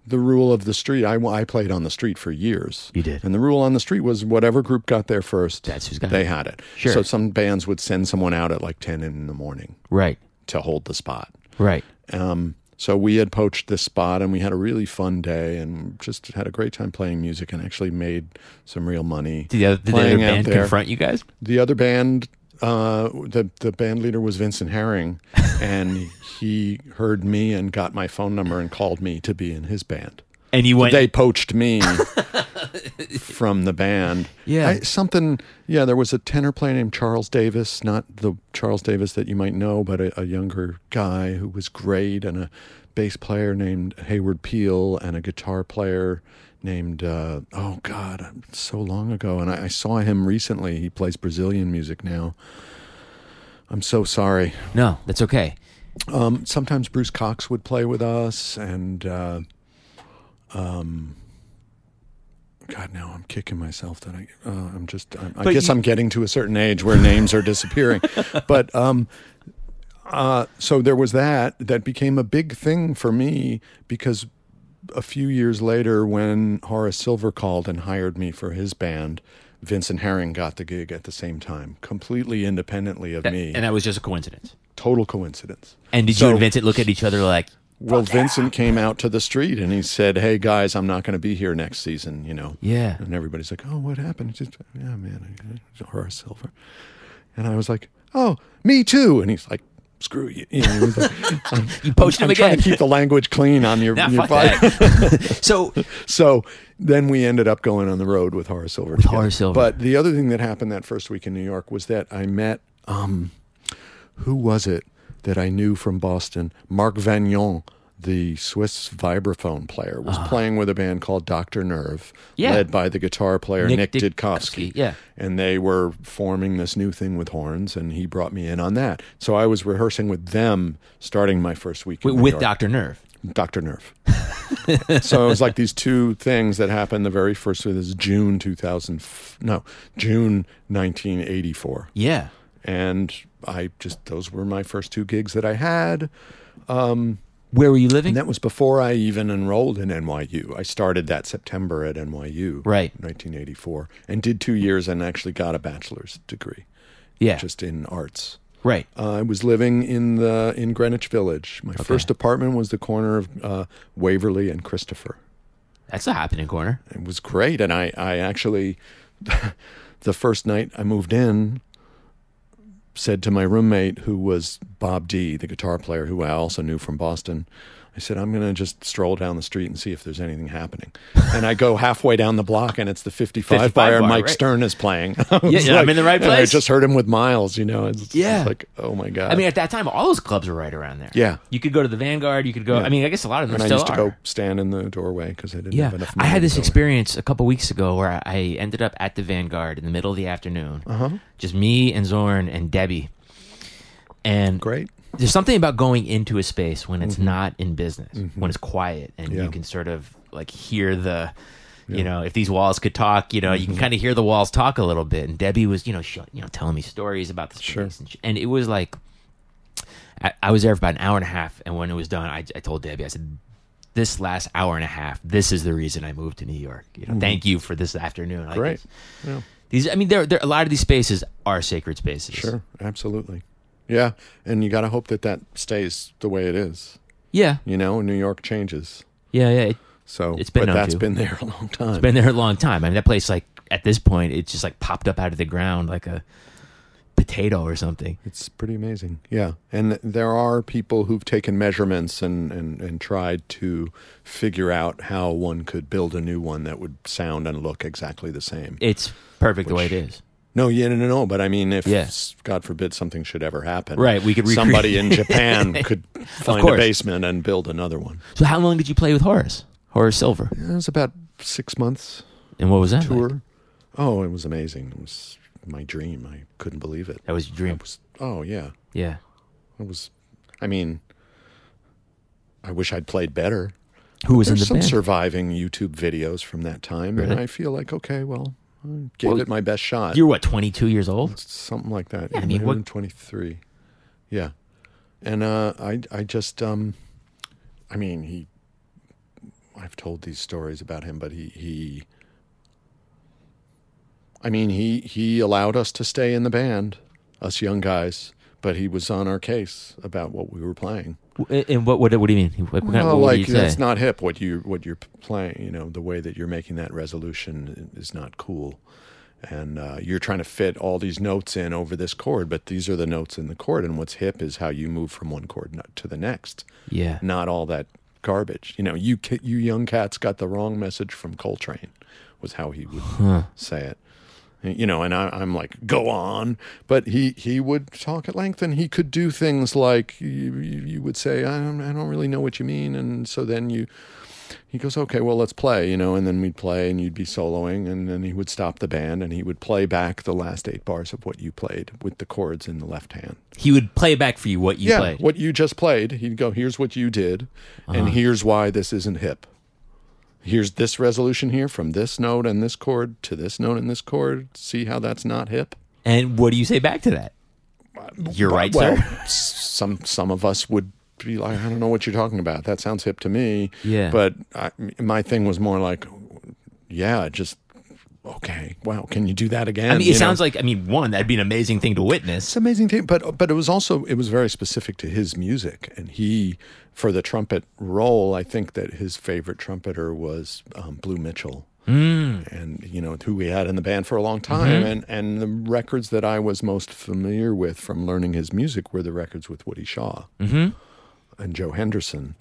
S2: the rule of the street. I, I played on the street for years.
S4: You did.
S2: And the rule on the street was whatever group got there first,
S1: That's who's got
S2: they
S1: it.
S2: had it.
S1: Sure.
S2: So some bands would send someone out at like 10 in the morning
S1: Right.
S2: to hold the spot.
S1: Right.
S2: Um, so we had poached this spot and we had a really fun day and just had a great time playing music and actually made some real money.
S1: Did the other, did the other
S2: playing out
S1: band
S2: there.
S1: confront you guys?
S2: The other band, uh, the the band leader was Vincent Herring, and he heard me and got my phone number and called me to be in his band.
S1: And you went.
S2: They poached me from the band.
S1: Yeah.
S2: I, something. Yeah, there was a tenor player named Charles Davis, not the Charles Davis that you might know, but a, a younger guy who was great, and a bass player named Hayward Peel, and a guitar player named uh, Oh God, so long ago, and I, I saw him recently. He plays Brazilian music now. I'm so sorry.
S1: no, that's okay.
S2: Um, sometimes Bruce Cox would play with us, and uh, um, God, now I'm kicking myself that I, uh, I'm just, i I
S1: But
S2: guess
S1: you-
S2: I'm getting to a certain age where names are disappearing. but um, uh, so there was that that became a big thing for me because a few years later, when Horace Silver called and hired me for his band. Vincent Herring got the gig at the same time, completely independently of
S1: That-
S2: me.
S1: And that was just a coincidence.
S2: Total coincidence.
S1: And did
S2: So-
S1: you and Vincent look at each other like,
S2: well, Vincent came out to the street and he said, "Hey guys, I'm not going to be here next season." You know.
S1: yeah,
S2: And everybody's like, "Oh, what happened?" It's Just yeah, man, I- I- Horace Silver. And I was like, "Oh, me too." And he's like, "Screw you." you know, he was like, I'm,
S1: you poached
S2: I'm
S1: him
S2: trying
S1: again?
S2: to keep the language clean on your,
S1: Nah,
S2: your
S1: fuck
S2: pod-
S1: that. so
S2: Oh so then we ended up going on the road with Horace Silver. With
S1: Horace Silver.
S2: But the other thing that happened that first week in New York was that I met um, who was it that I knew from Boston? Marc Vagnon, the Swiss vibraphone player, was playing with a band called Doctor Nerve,
S1: Uh-huh. Yeah.
S2: led by the guitar player Nick,
S1: Dick-
S2: Ditkowski
S1: Yeah.
S2: and they were forming this new thing with horns, and he brought me in on that. So I was rehearsing with them starting my first week in
S1: With,
S2: New
S1: with
S2: York.
S1: Dr. Nerve.
S2: Dr. Nerve. so it was like these two things that happened the very first of this June 2000, f- no, June 1984.
S1: Yeah.
S2: And I just, those were my first two gigs that I had.
S1: Where were you living?
S2: And that was before I even enrolled in NYU. I started that September at NYU,
S1: Right.
S2: 1984, and did two years and actually got a bachelor's degree
S1: yeah.
S2: just in arts. Uh,
S1: right.
S2: I was living in the in Greenwich Village. My first apartment was the corner of uh, Waverly and Christopher.
S1: That's a happening corner.
S2: it was great and i i actually the first night i moved in said to my roommate who was bob d the guitar player who i also knew from boston i said i'm going to just stroll down the street and see if there's anything happening and i go halfway down the block and it's the 55,
S1: 55
S2: bar, and
S1: bar,
S2: mike
S1: right.
S2: stern is playing I was
S1: Yeah, yeah, I'm in the right
S2: and i
S1: place.
S2: just heard him with miles you know it's,
S1: Yeah.
S2: it's like oh my god
S1: I mean, at that time, all those clubs were right around there.
S2: Yeah.
S1: You could go to the Vanguard. You could go. I mean, I guess a lot of them
S2: and i
S1: still
S2: used to
S1: are.
S2: go stand in the doorway because i didn't have
S1: yeah.
S2: enough
S1: I
S2: money
S1: had
S2: to
S1: this
S2: go in.
S1: experience a couple weeks ago where I- I ended up at the Vanguard in the middle of the afternoon.
S2: Oh.
S1: Uh-huh. Just me and Zorn and Debbie. And
S2: great
S1: there's something about going into a space when it's not in business, when it's quiet, and
S2: Mm-hmm. Yeah.
S1: you can sort of like hear the, you know, if these walls could talk, you know, you can
S2: Mm-hmm.
S1: kind of hear the walls talk a little bit. And Debbie was, you know, sh- you know, telling me stories about the space,
S2: Sure.
S1: and, sh- and it was like, I, I was there for about an hour and a half, and when it was done, I, I told Debbie, I said, "This last hour and a half, this is the reason I moved to New York. You know, thank you for this afternoon. Like,
S2: Mm-hmm. Great. Yeah.
S1: These, I mean, there, there, a lot of these spaces are sacred spaces.
S2: Sure, absolutely. Yeah, and you got to hope that that stays the way it is.
S1: Yeah.
S2: You know, New York changes.
S1: Yeah. Yeah. It,
S2: So
S1: It's been
S2: but
S1: known
S2: that's
S1: to.
S2: been there a long time.
S1: been there a long time. I mean, that place, like at this point, it just like popped up out of the ground like a potato or something.
S2: it's pretty amazing. Yeah. And there are people who've taken measurements and, and, and tried to figure out how one could build a new one that would sound and look exactly the same.
S1: It's perfect the way it is.
S2: No, yeah, no, no, no. But I mean, if
S1: Yeah.
S2: s- God forbid something should ever happen,
S1: Right, we could recreate-
S2: somebody in Japan could find a
S1: course.
S2: basement and build another one.
S1: So, how long did you play with Horace? Horace Silver,
S2: It was about six months.
S1: and what was that? like?
S2: tour. Oh, it was amazing. It was my dream. I couldn't believe it.
S1: That was your dream.
S2: It was oh yeah.
S1: Yeah.
S2: It was I mean I wish I'd played better.
S1: Who was in
S2: There's
S1: the
S2: some
S1: band?
S2: surviving YouTube videos from that time and
S1: Really?
S2: I feel like okay, well, I gave
S1: Well,
S2: it my best shot.
S1: You're what, 22 years old?
S2: something like that.
S1: Yeah, I mean, what-
S2: 23. Yeah. And uh I I just um I mean, he I I've told these stories about him, but he he. I mean, he he allowed us to stay in the band, us young guys, but he was on our case about what we were playing.
S5: W- And what what what do you mean? Like, what kind of-
S2: Well,
S5: what would
S2: like
S5: you say?
S2: that's not hip. What you what you're playing, you know, the way that you're making that resolution is not cool, and uh, you're trying to fit all these notes in over this chord, but these are the notes in the chord, and what's hip is how you move from one chord no- to the next,
S5: yeah.
S2: not all that garbage. You know, you ki- you young cats got the wrong message from Coltrane, was how he would say it. You know, and I, I'm like, go on. But he, he would talk at length and he could do things like you, you you would say, I don't, I don't really know what you mean. And so then you, he goes, okay, well, let's play, you know, and then we'd play and you'd be soloing and then he would stop the band and he would play back the last eight bars of what you played with the chords in the left hand
S5: He would play back for you what you
S2: yeah,
S5: played. Uh-huh.
S2: what you just played. He'd go, here's what you did, and here's why this isn't hip. Here's this resolution here from this note and this chord to this note and this chord. See how that's not hip?
S5: and what do you say back to that? You're right,
S2: well,
S5: sir.
S2: s- some some of us would be like, I don't know what you're talking about. That sounds hip to me.
S5: Yeah.
S2: But I, my thing was more like, yeah, just okay. Wow, can you do that again?
S5: I mean, it sounds like I mean, one that'd be an amazing thing to witness.
S2: It's an amazing thing, but but it was also it was very specific to his music, and he for the trumpet role, I think that his favorite trumpeter was um, Blue Mitchell,
S5: Hmm.
S2: mm. and you know who we had in the band for a long
S5: Mm-hmm.
S2: time, and and the records that I was most familiar with from learning his music were the records with Woody Shaw
S5: Mm-hmm.
S2: and Joe Henderson,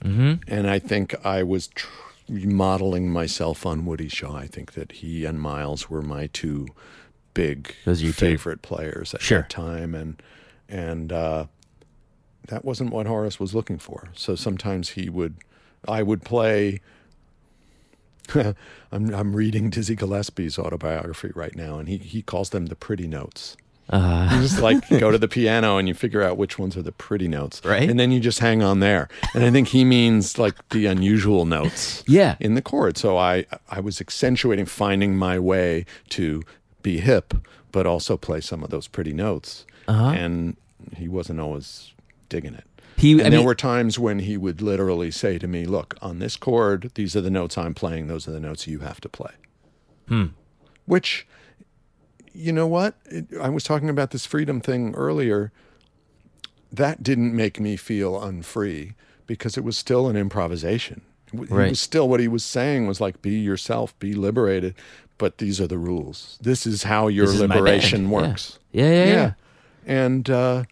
S2: and I think I was. Tr- modeling myself on Woody Shaw, I think that he and Miles were my two big
S5: Those are your two.
S2: favorite players at
S5: Sure.
S2: that time, and and uh, that wasn't what Horace was looking for. So sometimes he would, I would play. I'm I'm reading Dizzy Gillespie's autobiography right now, and he he calls them the pretty notes.
S1: Uh,
S2: You just like go to the piano and you figure out which ones are the pretty notes,
S5: Right.
S2: And then you just hang on there. And I think he means like the unusual notes
S5: Yeah.
S2: in the chord. So I I was accentuating finding my way to be hip, but also play some of those pretty notes. And he wasn't always digging it.
S5: He-
S2: and
S5: I
S2: there
S5: mean-
S2: were times when he would literally say to me, "Look, on this chord, these are the notes I'm playing. Those are the notes you have to play."
S5: Hmm.
S2: Which, you know what? It, I was talking about this freedom thing earlier. That didn't make me feel unfree because it was still an improvisation. W- It
S5: Right.
S2: was still what he was saying was like, be yourself, be liberated, but these are the rules. This is how your
S5: This is my
S2: liberation
S5: band. Yeah.
S2: works.
S5: Yeah, yeah, yeah.
S2: And, uh,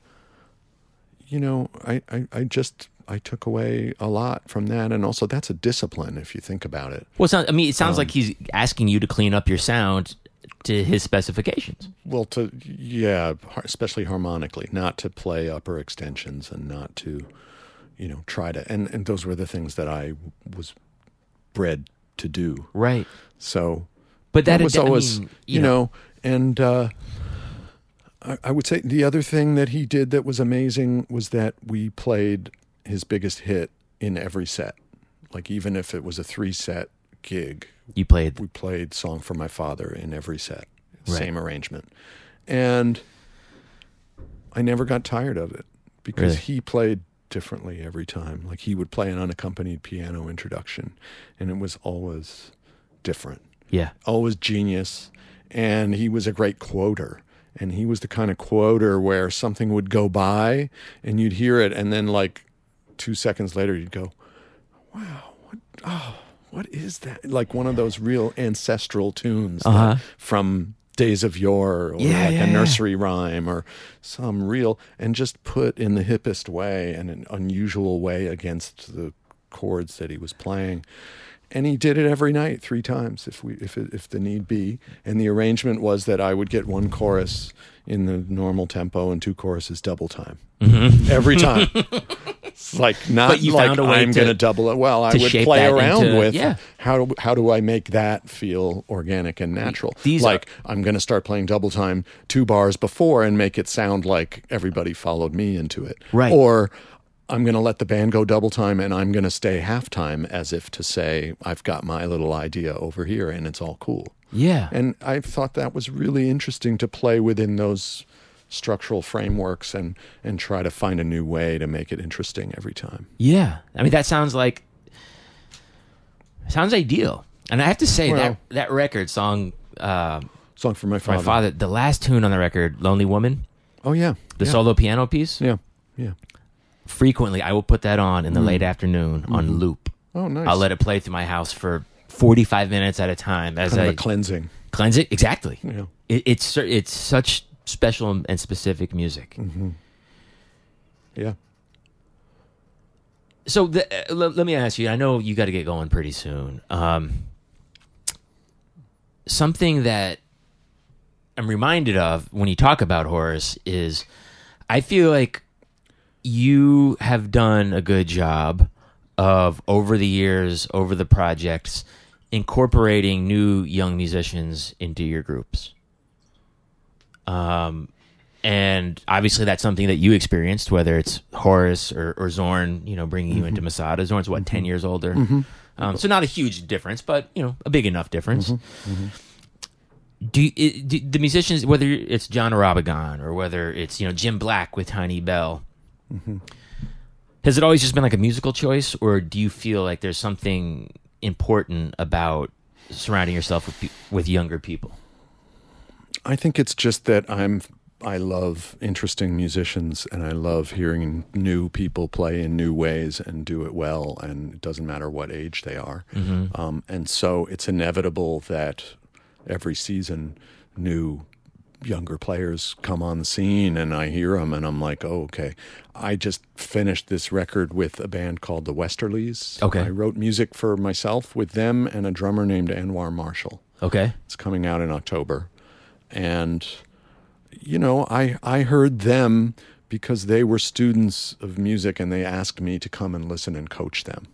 S2: you know, I, I, I just, I took away a lot from that. And also, that's a discipline if you think about it.
S5: Well, it sounds, I mean, it sounds
S2: Um,
S5: like he's asking you to clean up your sound to his specifications.
S2: Well, to yeah, har- especially harmonically, not to play upper extensions and not to, you know, try to. And and those were the things that I was bred to do.
S5: Right.
S2: So
S5: But that,
S2: that was
S5: I mean,
S2: always, you know, and uh, I, I would say the other thing that he did that was amazing was that we played his biggest hit in every set, like even if it was a three set gig,
S5: you played.
S2: we played song for my father in every set
S5: Right.
S2: same arrangement and i never got tired of it because
S5: Really?
S2: he played differently every time like he would play an unaccompanied piano introduction and it was always different
S5: Yeah.
S2: always genius and he was a great quoter and he was the kind of quoter where something would go by and you'd hear it and then like two seconds later you'd go wow what oh what is that like one of those real ancestral tunes that- from days of yore
S5: Yeah,
S2: or like
S5: yeah,
S2: a
S5: yeah.
S2: nursery rhyme or some real and just put in the hippest way and an unusual way against the chords that he was playing and he did it every night three times if we if if the need be and the arrangement was that i would get one chorus in the normal tempo and two choruses double time every time it's like not
S5: Mm-hmm. But you
S2: like
S5: found a way
S2: i'm
S5: to-
S2: going to double it well i
S5: to
S2: would
S5: shape
S2: play
S5: that
S2: around
S5: into-
S2: with
S5: yeah.
S2: how do, how do i make that feel organic and natural
S5: These
S2: like i'm going to start playing double time two bars before and make it sound like everybody followed me into it
S5: Right.
S2: or I'm going to let the band go double time and I'm going to stay half time as if to say, I've got my little idea over here and it's all cool.
S5: Yeah.
S2: And I thought that was really interesting to play within those structural frameworks and, and try to find a new way to make it interesting every time.
S5: yeah. I mean, that sounds like
S1: Sounds ideal. And I have to say
S2: Well-
S1: that that record song, uh,
S2: Song for my
S1: my
S2: father.
S1: father. the last tune on the record, "Lonely Woman,"
S2: Oh yeah.
S1: the
S2: yeah.
S1: solo piano piece.
S2: Yeah. Yeah.
S1: Frequently, I will put that on in the late afternoon on loop.
S2: Oh nice.
S1: I'll let it play through my house for forty-five minutes at a time as
S2: kind
S1: I
S2: of a cleansing.
S1: cleanse it. Exactly.
S2: Yeah.
S1: It, it's cer- it's such special and specific music.
S2: Yeah.
S1: So the, uh, le- let me ask you. I know you got to get going pretty soon. Um, something that I'm reminded of when you talk about Horace is, I feel like you have done a good job of over the years, over the projects, incorporating new young musicians into your groups. and obviously that's something that you experienced, whether it's Horace or, or Zorn, you know, bringing you into Masada. Zorn's what ten years older, um, so not a huge difference, but you know, a big enough difference. Do, you, i- do the musicians, whether it's John Arabagon or whether it's you know Jim Black with Tiny Bell, has it always just been like a musical choice, or do you feel like there's something important about surrounding yourself with pe- with younger people?
S2: I think it's just that I'm I love interesting musicians and I love hearing new people play in new ways and do it well and it doesn't matter what age they are. Um, and so it's inevitable that every season new younger players come on the scene and I hear them and I'm like, "Oh, okay. I just finished this record with a band called the Westerlies.
S1: Okay.
S2: I wrote music for myself with them and a drummer named Anwar Marshall.
S1: Okay,
S2: It's coming out in October. And you know, I I heard them because they were students of music and they asked me to come and listen and coach them.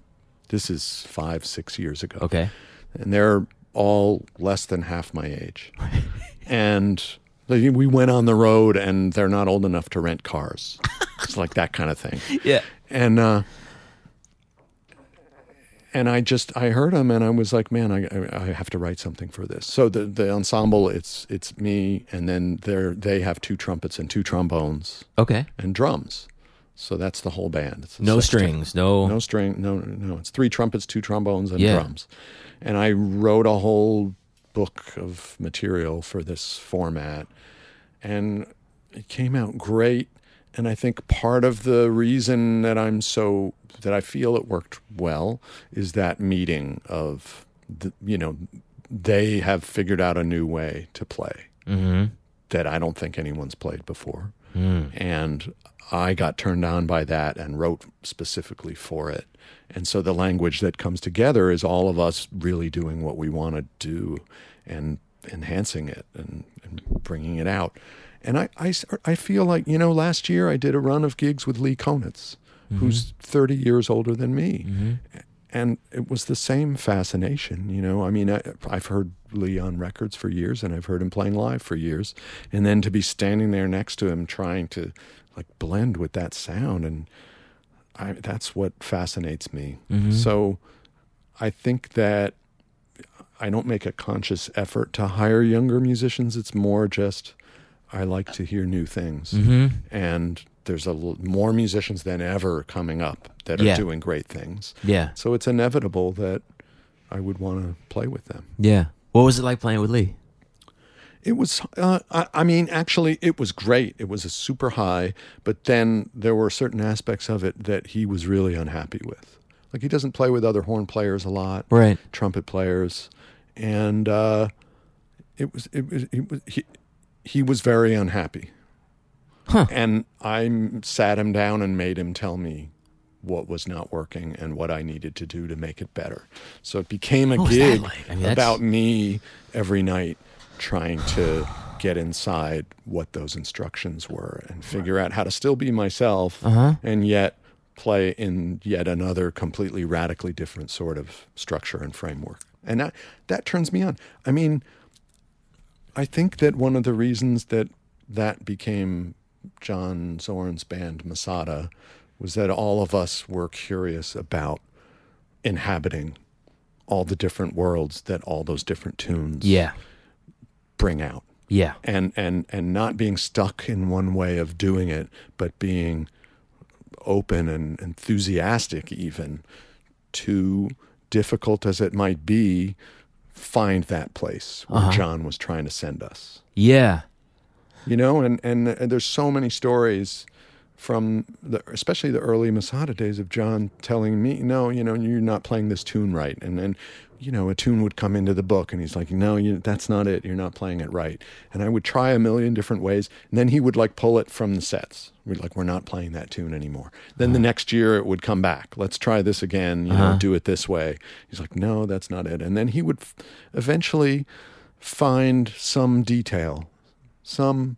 S2: This is 5 6 years ago.
S1: okay,
S2: And they're all less than half my age. and they, we went on the road and they're not old enough to rent cars. it's like that kind of thing
S1: yeah,
S2: and uh and I just I heard him and I was like, man, I I- I have to write something for this. So the the ensemble it's it's me and then they they have two trumpets and two trombones
S1: okay.
S2: and drums. So that's the whole band. It's a
S1: No
S2: sextet.
S1: strings, no,
S2: No string. No no. It's three trumpets, two trombones, and
S1: Yeah.
S2: drums. And I wrote a whole book of material for this format, and it came out great. And I think part of the reason that I'm so that I feel it worked well is that meeting of the, you know they have figured out a new way to play
S1: Mm-hmm.
S2: that I don't think anyone's played before. And I got turned on by that and wrote specifically for it. And so the language that comes together is all of us really doing what we want to do and enhancing it and, and bringing it out. And I, I s- I feel like, you know, last year I did a run of gigs with Lee Konitz, who's 30 years older than me and it was the same fascination you know i mean I, i've heard lee on records for years and i've heard him playing live for years and then to be standing there next to him trying to like blend with that sound and I, that's what fascinates me so i think that i don't make a conscious effort to hire younger musicians it's more just i like to hear new things
S1: Hmm?
S2: and there's a l- more musicians than ever coming up that are
S1: Yeah.
S2: doing great things
S1: yeah.
S2: so it's inevitable that I would want to play with them.
S1: Yeah. What was it like playing with Lee?
S2: It was, uh, I, I mean, actually, it was great. It was a super high, but then there were certain aspects of it that he was really unhappy with. Like he doesn't play with other horn players a lot,
S1: Right.
S2: trumpet players, and uh, it was it, was- it was he, he was very unhappy. And I sat him down and made him tell me what was not working and what I needed to do to make it better. So it became a
S1: What was that
S2: gig
S1: like? I mean, that's-
S2: about me every night trying to get inside what those instructions were and figure out how to still be myself
S1: Uh-huh.
S2: and yet play in yet another completely radically different sort of structure and framework. And that that turns me on. I mean, I think that one of the reasons that that became John Zorn's band Masada was that all of us were curious about inhabiting all the different worlds that all those different tunes
S1: Yeah.
S2: bring out
S1: Yeah.
S2: and and and not being stuck in one way of doing it but being open and enthusiastic even to difficult as it might be, find that place where John was trying to send us.
S1: Yeah.
S2: You know, and, and and there's so many stories from the especially the early Masada days of John telling me, no, you know, you're not playing this tune right, and then. You know, a tune would come into the book, and he's like, "No, you, that's not it. You're not playing it right." And I would try a million different ways, and then he would like pull it from the sets. We'd like, "We're not playing that tune anymore." Then the next year, it would come back. Let's try this again. You know, do it this way. He's like, "No, that's not it." And then he would f- eventually find some detail, some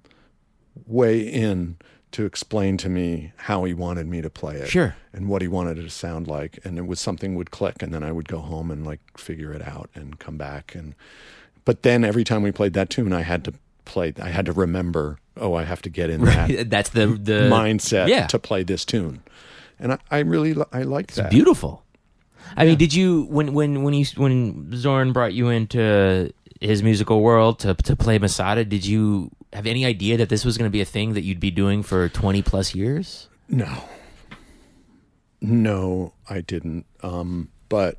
S2: way in to explain to me how he wanted me to play it
S1: Sure.
S2: and what he wanted it to sound like and it was something would click and then i would go home and like figure it out and come back and but then every time we played that tune i had to play i had to remember oh i have to get in that
S1: That's the the
S2: mindset
S1: Uh, Yeah.
S2: to play this tune and i, I really li- i like that
S1: beautiful. I mean, did you when when when you when Zorn brought you into his musical world to to play Masada? Did you have any idea that this was going to be a thing that you'd be doing for twenty plus years?
S2: No. No, I didn't. Um, but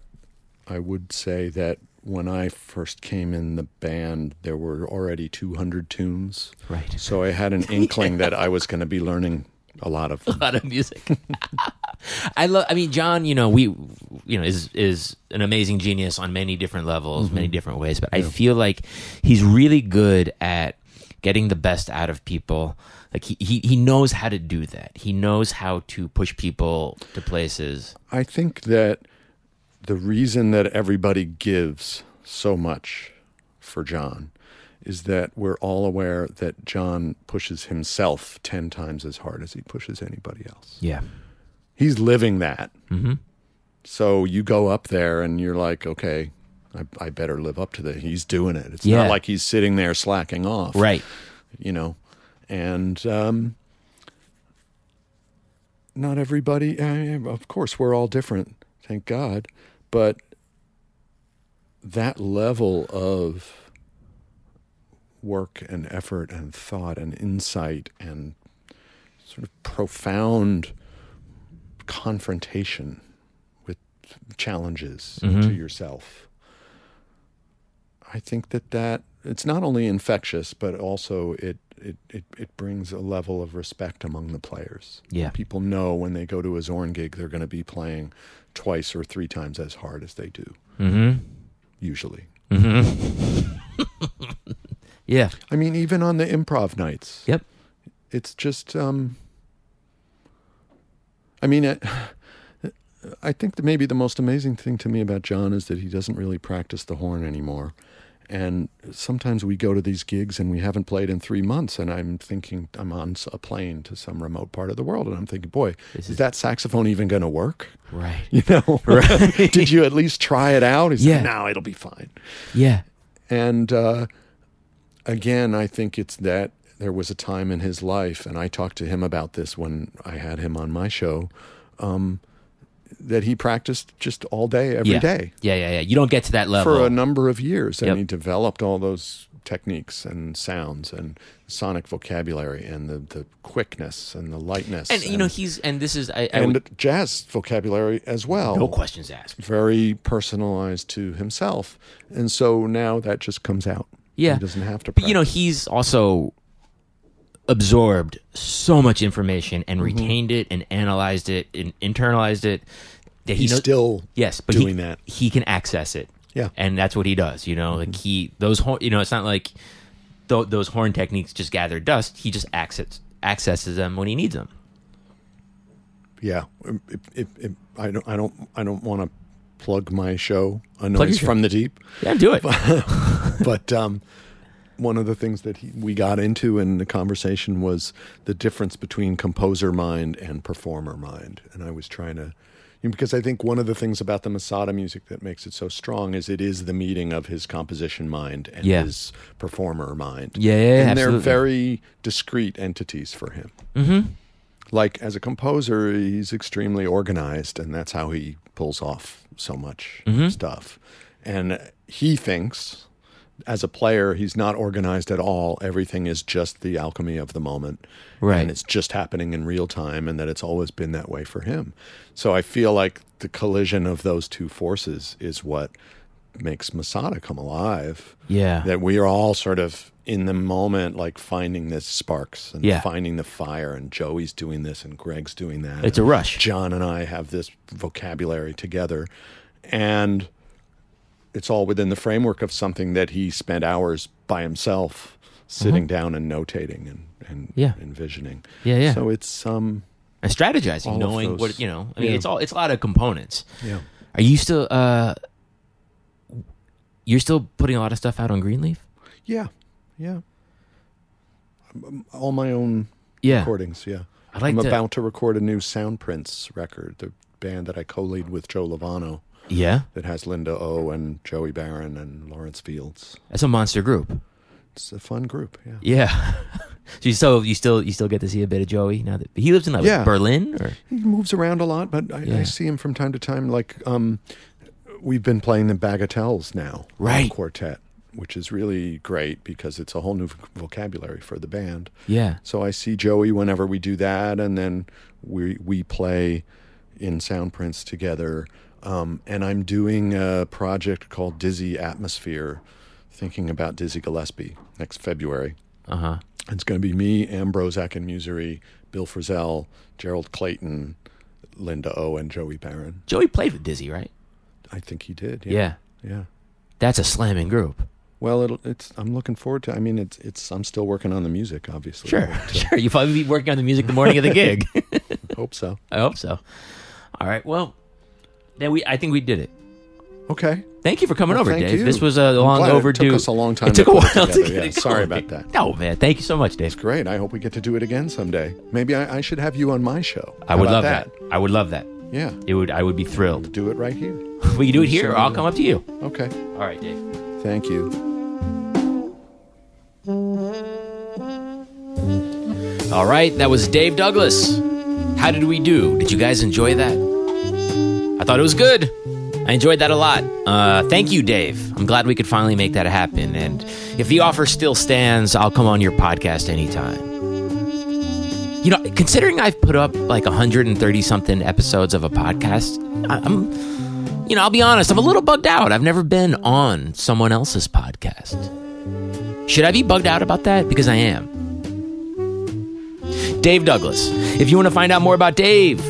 S2: I would say that when I first came in the band, there were already 200 tunes.
S1: Right,
S2: So I had an inkling that I was going to be learning a lot of
S1: a lot of music. I love. I mean, John, you know, we, you know, is is an amazing genius on many different levels, many different ways. But I feel like he's really good at getting the best out of people. Like he, he he knows how to do that. He knows how to push people to places.
S2: I think that the reason that everybody gives so much for John is that we're all aware that John pushes himself 10 times as hard as he pushes anybody else.
S1: Yeah.
S2: he's living that. Mm-hmm. So you go up there and you're like, okay, I, I better live up to that. He's doing it. It's
S1: Yeah.
S2: not like he's sitting there slacking off,
S1: Right.
S2: You know, and um, not everybody. I mean, of course, we're all different. Thank God, but that level of work and effort and thought and insight and sort of profound confrontation with challenges to yourself. I think that that it's not only infectious, but also it it, it it brings a level of respect among the players.
S1: Yeah.
S2: People know when they go to a Zorn gig, they're going to be playing twice or three times as hard as they do
S1: Mm-hmm.
S2: usually.
S1: Yeah.
S2: I mean, even on the improv nights,
S1: Yep.
S2: it's just um i mean it, i think that maybe the most amazing thing to me about john is that he doesn't really practice the horn anymore and sometimes we go to these gigs and we haven't played in three months and i'm thinking i'm on s- a plane to some remote part of the world and i'm thinking boy is that saxophone even going to work
S1: Right.
S2: you know did you at least try it out he's
S1: Yeah.
S2: like no it'll be fine
S1: Yeah.
S2: and uh, again, I think it's that there was a time in his life, and I talked to him about this when I had him on my show, um, that he practiced just all day, every
S1: yeah.
S2: day
S1: Yeah. Yeah. Yeah. You don't get to that level.
S2: for a number of years.
S1: Yep.
S2: And he developed all those techniques and sounds and sonic vocabulary and the, the quickness and the lightness.
S1: and you know he's and this is I, I
S2: and
S1: would-
S2: jazz vocabulary as well
S1: no questions asked.
S2: very personalized to himself, and so now that just comes out.
S1: Yeah.
S2: he doesn't have to.
S1: But you know,
S2: practice.
S1: he's also absorbed so much information
S2: Mm-hmm.
S1: and retained it and analyzed it and internalized it that he
S2: he's
S1: knows.
S2: still
S1: yes, but
S2: doing
S1: he,
S2: that.
S1: he can access it.
S2: Yeah.
S1: and that's what he does. You know,
S2: Mm-hmm.
S1: like he those horn. You know, it's not like th- those horn techniques just gather dust. He just access accesses them when he needs them.
S2: Yeah, Um, if- if- if- I don't. I don't. I don't want to plug my show. A
S1: your
S2: noise
S1: show.
S2: from the deep.
S1: Yeah, do it.
S2: but um, one of the things that he, we got into in the conversation was the difference between composer mind and performer mind. And I was trying to, because I think one of the things about the Masada music that makes it so strong is it is the meeting of his composition mind and
S1: Yeah.
S2: his performer mind.
S1: Yeah, yeah,
S2: and
S1: yeah, absolutely. Mm-hmm.
S2: they're very discrete entities for him. Like as a composer, he's extremely organized, and that's how
S1: Mm-hmm.
S2: he pulls off so much stuff. And he thinks as a player, he's not organized at all. Everything is just the alchemy of the moment.
S1: Right.
S2: And it's just happening in real time and that it's always been that way for him. So I feel like the collision of those two forces is what makes Masada come alive.
S1: Yeah.
S2: That we are all sort of in the moment, like finding this sparks and
S1: Yeah.
S2: finding the fire, and Joey's doing this and Greg's doing that.
S1: It's a
S2: and
S1: rush.
S2: John and I have this vocabulary together. And it's all within the framework of something that he spent hours by himself sitting down and notating and, and
S1: Mm-hmm. Yeah.
S2: envisioning.
S1: Yeah, yeah.
S2: So it's um
S1: and strategizing,
S2: All of
S1: knowing
S2: those.
S1: what you know. I mean,
S2: Yeah.
S1: it's all it's a lot of components.
S2: yeah.
S1: Are you still uh you're still putting a lot of stuff out on Greenleaf?
S2: Yeah. Yeah. Um, All my own
S1: Yeah.
S2: recordings, yeah.
S1: I'd like
S2: I'm
S1: to-
S2: about to record a new Sound Prince record, the band that I co-lead with Joe Lovano
S1: Yeah.
S2: that has Linda O and Joey Barron and Lawrence Fields.
S1: That's a monster group.
S2: It's a fun group, yeah.
S1: Yeah. so you still you still you still get to see a bit of Joey now that he lives in like
S2: Yeah.
S1: Berlin or
S2: He moves around a lot, but I,
S1: Yeah.
S2: I see him from time to time. Like um, we've been playing the Bagatelles now,
S1: Right.
S2: Quartet, which is really great because it's a whole new voc- vocabulary for the band.
S1: Yeah.
S2: So I see Joey whenever we do that, and then we we play in Sound Prints together. Um, and I'm doing a project called Dizzy Atmosphere, thinking about Dizzy Gillespie next February.
S1: Uh-huh.
S2: It's going to be me, Ambrozak and Musery, Bill Frisell, Gerald Clayton, Linda O, and Joey Barron.
S1: Joey played with Dizzy, right?
S2: I think he did.
S1: Yeah.
S2: Yeah. Yeah.
S1: That's a slamming group.
S2: Well, it'll, it's. I'm looking forward to. I mean, it's. It's. I'm still working on the music, obviously.
S1: Sure.
S2: but, uh,
S1: Sure. You'll probably be working on the music the morning of the gig.
S2: hope so.
S1: I hope so. All right. Well, then we I think we did it.
S2: Okay.
S1: Thank you for coming
S2: Well,
S1: over,
S2: thank
S1: Dave.
S2: you.
S1: This was a
S2: I'm
S1: long
S2: glad it took
S1: overdue.
S2: us a long time
S1: It took
S2: to
S1: a
S2: put it
S1: while to
S2: together.
S1: get
S2: Yeah,
S1: it
S2: sorry
S1: going.
S2: about that.
S1: No, man. Thank you so much, Dave.
S2: Great. I hope we get to do it again someday. Maybe I, I should have you on my show.
S1: I
S2: How
S1: would
S2: about
S1: love that. I would love that.
S2: Yeah.
S1: It would. I would be thrilled.
S2: Do it right here.
S1: We can do it here, or I'll come up to you.
S2: Okay.
S1: All right, Dave.
S2: Thank you.
S1: All right, that was Dave Douglas. How did we do? Did you guys enjoy that? I thought it was good. I enjoyed that a lot. Uh, thank you, Dave. I'm glad we could finally make that happen. And if the offer still stands, I'll come on your podcast anytime. You know, considering I've put up like 130 something episodes of a podcast, I- I'm, you know, I'll be honest, I'm a little bugged out. I've never been on someone else's podcast. Should I be bugged out about that? Because I am. Dave Douglas. If you want to find out more about Dave,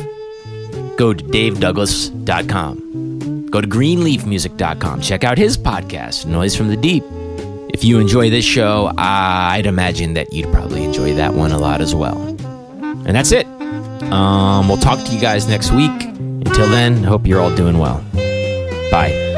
S1: go to davedouglas.com. Go to greenleafmusic.com. Check out his podcast, Noise from the Deep. If you enjoy this show, I'd imagine that you'd probably enjoy that one a lot as well. And that's it. Um, we'll talk to you guys next week. Until then, hope you're all doing well. Bye.